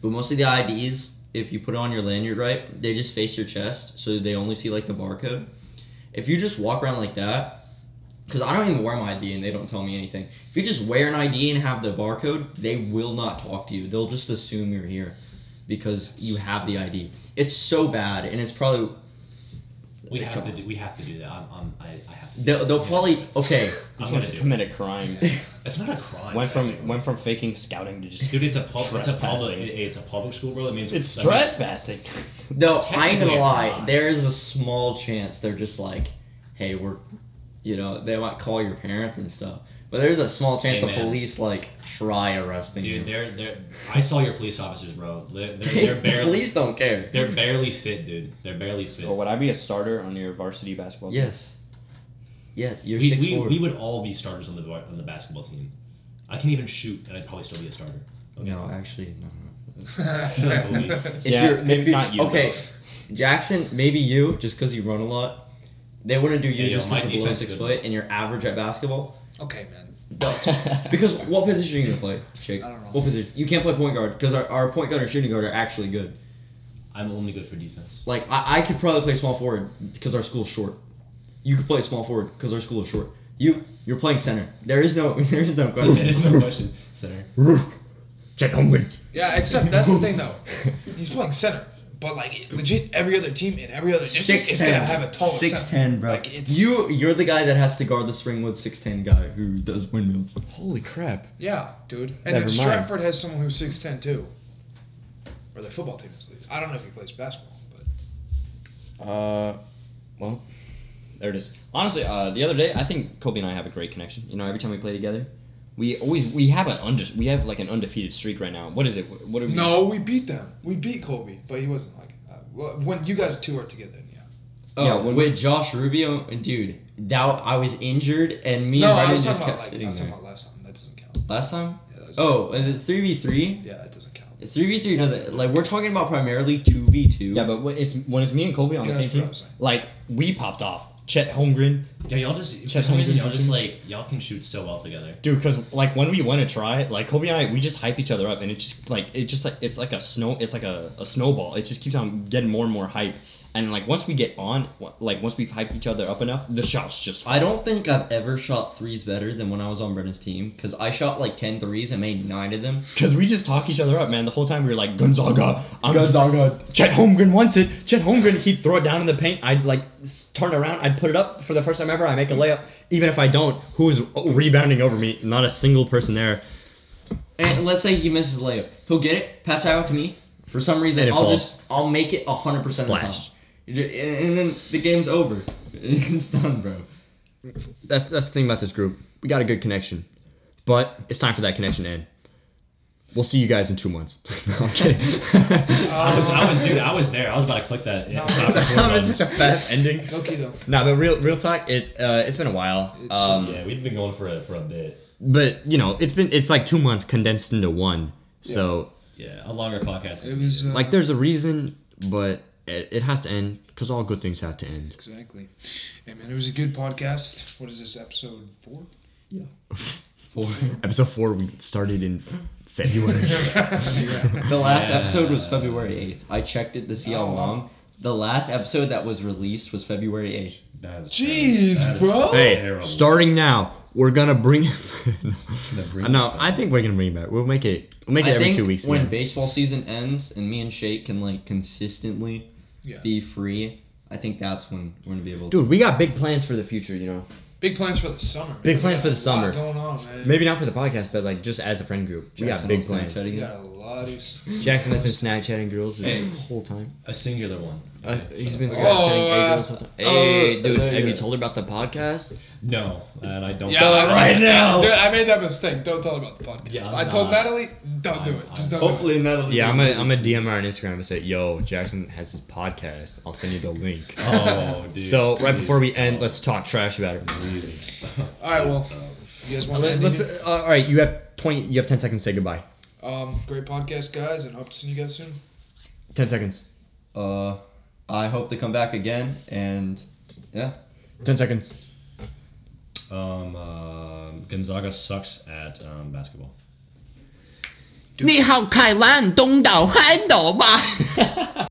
[SPEAKER 5] But most of the IDs, if you put it on your lanyard right, they just face your chest, so they only see like the barcode. If you just walk around like that, because I don't even wear my ID and they don't tell me anything. If you just wear an ID and have the barcode, they will not talk to you. They'll just assume you're here because you have the ID. It's so bad, and it's probably
[SPEAKER 3] We
[SPEAKER 5] Come
[SPEAKER 3] have to
[SPEAKER 5] on.
[SPEAKER 3] do, we have to do that. I'm, I'm I, I have to. do
[SPEAKER 5] they'll,
[SPEAKER 3] that.
[SPEAKER 5] they'll
[SPEAKER 3] Yeah.
[SPEAKER 5] probably okay.
[SPEAKER 3] I'm
[SPEAKER 8] Which
[SPEAKER 3] gonna
[SPEAKER 8] one's
[SPEAKER 3] do. it.
[SPEAKER 8] commit a crime?
[SPEAKER 3] It's not a crime.
[SPEAKER 8] went from
[SPEAKER 3] technically.
[SPEAKER 8] went from faking scouting to just
[SPEAKER 3] dude, it's a pub. It's a public.
[SPEAKER 8] Trespassing.
[SPEAKER 3] It, it's a public school, bro. That means
[SPEAKER 8] It's
[SPEAKER 3] that means-
[SPEAKER 8] trespassing.
[SPEAKER 5] No, I ain't
[SPEAKER 3] Technically,
[SPEAKER 5] gonna
[SPEAKER 3] it's
[SPEAKER 5] lie.
[SPEAKER 3] not.
[SPEAKER 5] There is a small chance they're just like, hey, we're, you know, they might call your parents and stuff. But there's a small chance
[SPEAKER 3] Hey,
[SPEAKER 5] the
[SPEAKER 3] man.
[SPEAKER 5] police like try arresting you.
[SPEAKER 3] Dude, they're they're. I saw your police officers, bro. They're
[SPEAKER 5] They-
[SPEAKER 3] they're,
[SPEAKER 5] the
[SPEAKER 3] they're barely
[SPEAKER 5] police don't care.
[SPEAKER 3] they're barely fit, dude. They're barely fit.
[SPEAKER 8] Or would I be a starter on your varsity basketball team?
[SPEAKER 5] Yes. Yeah, you're
[SPEAKER 3] We,
[SPEAKER 5] six
[SPEAKER 3] we,
[SPEAKER 5] four.
[SPEAKER 3] we would all be starters on the bar- on the basketball team. I can even shoot, and I'd probably still be a starter. Okay.
[SPEAKER 5] no, actually, no. no.
[SPEAKER 3] Shut up, Kobe.
[SPEAKER 5] If
[SPEAKER 8] Yeah,
[SPEAKER 5] you're,
[SPEAKER 8] maybe
[SPEAKER 5] if you're,
[SPEAKER 8] not you,
[SPEAKER 5] Okay, Jackson, maybe you, just because you run a lot. They wouldn't do you
[SPEAKER 3] Yeah, yo,
[SPEAKER 5] just
[SPEAKER 3] my
[SPEAKER 5] because you're below
[SPEAKER 3] defense
[SPEAKER 5] six
[SPEAKER 3] good.
[SPEAKER 5] foot and you're average at basketball.
[SPEAKER 4] Okay, man.
[SPEAKER 5] Because what position are you gonna play, Shake?
[SPEAKER 4] I don't know.
[SPEAKER 5] What position? You can't play point guard because our, our point guard and shooting guard are actually good.
[SPEAKER 3] I'm only good for defense.
[SPEAKER 5] Like I, I could probably play small forward because our school's short. You could play small forward because our school is short. You you're playing center. There is no there is no question.
[SPEAKER 3] There's no question, center.
[SPEAKER 4] Yeah, except that's the thing though. He's playing center, but like legit, every other team in every other district is gonna have a taller
[SPEAKER 5] Six
[SPEAKER 4] center.
[SPEAKER 5] ten, bro.
[SPEAKER 4] Like, it's-
[SPEAKER 5] you you're the guy that has to guard the Springwood six ten guy who does windmills.
[SPEAKER 1] Holy crap.
[SPEAKER 4] Yeah, dude.
[SPEAKER 1] Never
[SPEAKER 4] And then
[SPEAKER 1] mind.
[SPEAKER 4] Stratford has someone who's six ten too. Or their football team is. I don't know if he plays basketball, but
[SPEAKER 8] Uh, well, there it is. Honestly, uh, the other day I think Kobe and I have a great connection. You know, every time we play together, we always we have an under we have like an undefeated streak right now. What is it? What are we?
[SPEAKER 4] no, we beat them. We beat Colby, but he wasn't like. Uh, well, when you guys two are together, then yeah.
[SPEAKER 5] Oh,
[SPEAKER 8] Yeah, when-
[SPEAKER 5] with Josh Rubio, dude, that I was injured and me
[SPEAKER 4] no,
[SPEAKER 5] and
[SPEAKER 4] I
[SPEAKER 5] Brendan
[SPEAKER 4] was
[SPEAKER 5] just
[SPEAKER 4] talking
[SPEAKER 5] kept
[SPEAKER 4] about like I
[SPEAKER 5] sitting
[SPEAKER 4] was
[SPEAKER 5] there.
[SPEAKER 4] talking about last time. That doesn't count.
[SPEAKER 5] Last time?
[SPEAKER 4] Yeah, that doesn't,
[SPEAKER 5] Oh, is it three v three?
[SPEAKER 4] yeah, that doesn't count.
[SPEAKER 5] Three v three doesn't like we're talking about primarily two v two.
[SPEAKER 8] Yeah, but when it's when it's me and Kobe on
[SPEAKER 4] Yeah,
[SPEAKER 8] the same
[SPEAKER 4] that's what I
[SPEAKER 8] team,
[SPEAKER 4] was saying.
[SPEAKER 8] like we popped off. Chet Holmgren,
[SPEAKER 3] Yeah, y'all just for
[SPEAKER 8] Chess
[SPEAKER 3] some reason
[SPEAKER 8] hands
[SPEAKER 3] y'all
[SPEAKER 8] and
[SPEAKER 3] just like y'all can shoot so well together.
[SPEAKER 8] dude. Because like when we want to try, like Kobe and I, we just hype each other up, and it just like it just like it's like a snow, it's like a, a snowball. It just keeps on getting more and more hype, and like once we get on, like once we've hyped each other up enough, the shots just.
[SPEAKER 5] I don't think I've ever shot threes better than when I was on Brendan's team because I shot like 10 threes and made nine of them.
[SPEAKER 8] Because we just talk each other up, man. The whole time we were like, Gonzaga, I'm Gonzaga. Chet Holmgren wants it. Chet Holmgren, he'd throw it down in the paint. I'd like s- turn around. I'd put it up for the first time ever. I make a layup. Even if I don't, who's
[SPEAKER 2] Oh,
[SPEAKER 8] rebounding over me? Not a single person there.
[SPEAKER 5] And let's say he misses a layup, he'll get it, pap out to me. For some reason,
[SPEAKER 8] And it
[SPEAKER 5] I'll
[SPEAKER 8] falls.
[SPEAKER 5] just I'll make it 100 percent of the time.
[SPEAKER 8] Splash.
[SPEAKER 5] You ju- And and then the game's over. It's done, bro.
[SPEAKER 2] That's that's the thing about this group. We got a good connection, but it's time for that connection to end. We'll see you guys in two months. No, I'm kidding.
[SPEAKER 3] I was, I was, dude, I was there. I was about to click that. Yeah,
[SPEAKER 2] It's such a fast ending.
[SPEAKER 4] Okay, though.
[SPEAKER 2] Nah, but real real talk. It's uh, it's been a while.
[SPEAKER 4] It's- uh,
[SPEAKER 2] Um,
[SPEAKER 3] yeah, we've been going for a for a bit.
[SPEAKER 2] but you know, it's been it's like two months condensed into one. So
[SPEAKER 3] Yeah, a longer podcast.
[SPEAKER 4] It was uh,
[SPEAKER 2] like, there's a reason, but it, it has to end because all good things have to end.
[SPEAKER 4] exactly. Hey man, it was a good podcast. What is this episode four?
[SPEAKER 2] Episode four, we started in February.
[SPEAKER 5] The last episode was February 8th. I checked it to see how long. The last episode that was released was February 8th.
[SPEAKER 3] That is-
[SPEAKER 4] Jeez,
[SPEAKER 3] that is
[SPEAKER 4] bro.
[SPEAKER 2] hey,
[SPEAKER 3] terrible.
[SPEAKER 2] starting now, we're gonna bring.
[SPEAKER 3] bring
[SPEAKER 2] no, I think we're gonna bring it back. We'll make it. We'll make it
[SPEAKER 5] I
[SPEAKER 2] every
[SPEAKER 5] think
[SPEAKER 2] two weeks.
[SPEAKER 5] when
[SPEAKER 2] again.
[SPEAKER 5] baseball season ends and me and Shake can like consistently
[SPEAKER 4] Yeah.
[SPEAKER 5] be free, I think that's when we're gonna be able. to
[SPEAKER 2] Dude, we got big plans for the future. You know,
[SPEAKER 4] Big plans for the summer. Man.
[SPEAKER 2] Big
[SPEAKER 4] We
[SPEAKER 2] plans
[SPEAKER 4] got
[SPEAKER 2] for the
[SPEAKER 4] a lot
[SPEAKER 2] summer.
[SPEAKER 4] Going on, man.
[SPEAKER 2] maybe not for the podcast, but like just as a friend group, we got
[SPEAKER 5] Jackson
[SPEAKER 2] big
[SPEAKER 5] on Snapchat
[SPEAKER 2] plans.
[SPEAKER 5] again.
[SPEAKER 4] We got a lot of.
[SPEAKER 2] Jackson has been Snapchatting girls this whole time.
[SPEAKER 3] a singular one.
[SPEAKER 8] Uh, he's been
[SPEAKER 4] Okay.
[SPEAKER 8] Snapchatting
[SPEAKER 4] Oh,
[SPEAKER 8] Adrian
[SPEAKER 4] uh,
[SPEAKER 8] this whole time. Hey,
[SPEAKER 9] uh,
[SPEAKER 8] dude,
[SPEAKER 9] uh,
[SPEAKER 8] have you
[SPEAKER 9] yeah.
[SPEAKER 8] told her about the podcast?
[SPEAKER 3] No, and I don't.
[SPEAKER 4] Yeah, I, right now. Dude, I made that mistake. Don't tell her about the podcast.
[SPEAKER 3] Yeah,
[SPEAKER 4] I
[SPEAKER 3] I'm
[SPEAKER 4] told
[SPEAKER 3] not.
[SPEAKER 4] Natalie, don't do
[SPEAKER 3] I'm-
[SPEAKER 4] it. Just
[SPEAKER 3] I'm-
[SPEAKER 4] don't. do
[SPEAKER 9] Hopefully, Natalie.
[SPEAKER 8] Yeah, I'm a I'm a DM her on Instagram and say, "Yo, Jackson has his podcast. I'll send you the link."
[SPEAKER 3] Oh, dude.
[SPEAKER 8] so right before we
[SPEAKER 3] Please
[SPEAKER 8] end,
[SPEAKER 3] stop.
[SPEAKER 8] let's talk trash about it.
[SPEAKER 3] Please.
[SPEAKER 4] it. All right, well,
[SPEAKER 3] Stop.
[SPEAKER 4] you guys want to end
[SPEAKER 8] Let's,
[SPEAKER 4] it?
[SPEAKER 8] uh, all right, you have twenty. You have ten seconds to say goodbye.
[SPEAKER 4] Um, great podcast, guys, and hope to see you guys soon.
[SPEAKER 8] Ten seconds.
[SPEAKER 5] Uh, I hope to come back again, and yeah.
[SPEAKER 8] Ten seconds.
[SPEAKER 3] Um, uh, Gonzaga sucks at um, basketball.
[SPEAKER 10] 你好，凯兰，东岛憨岛吧。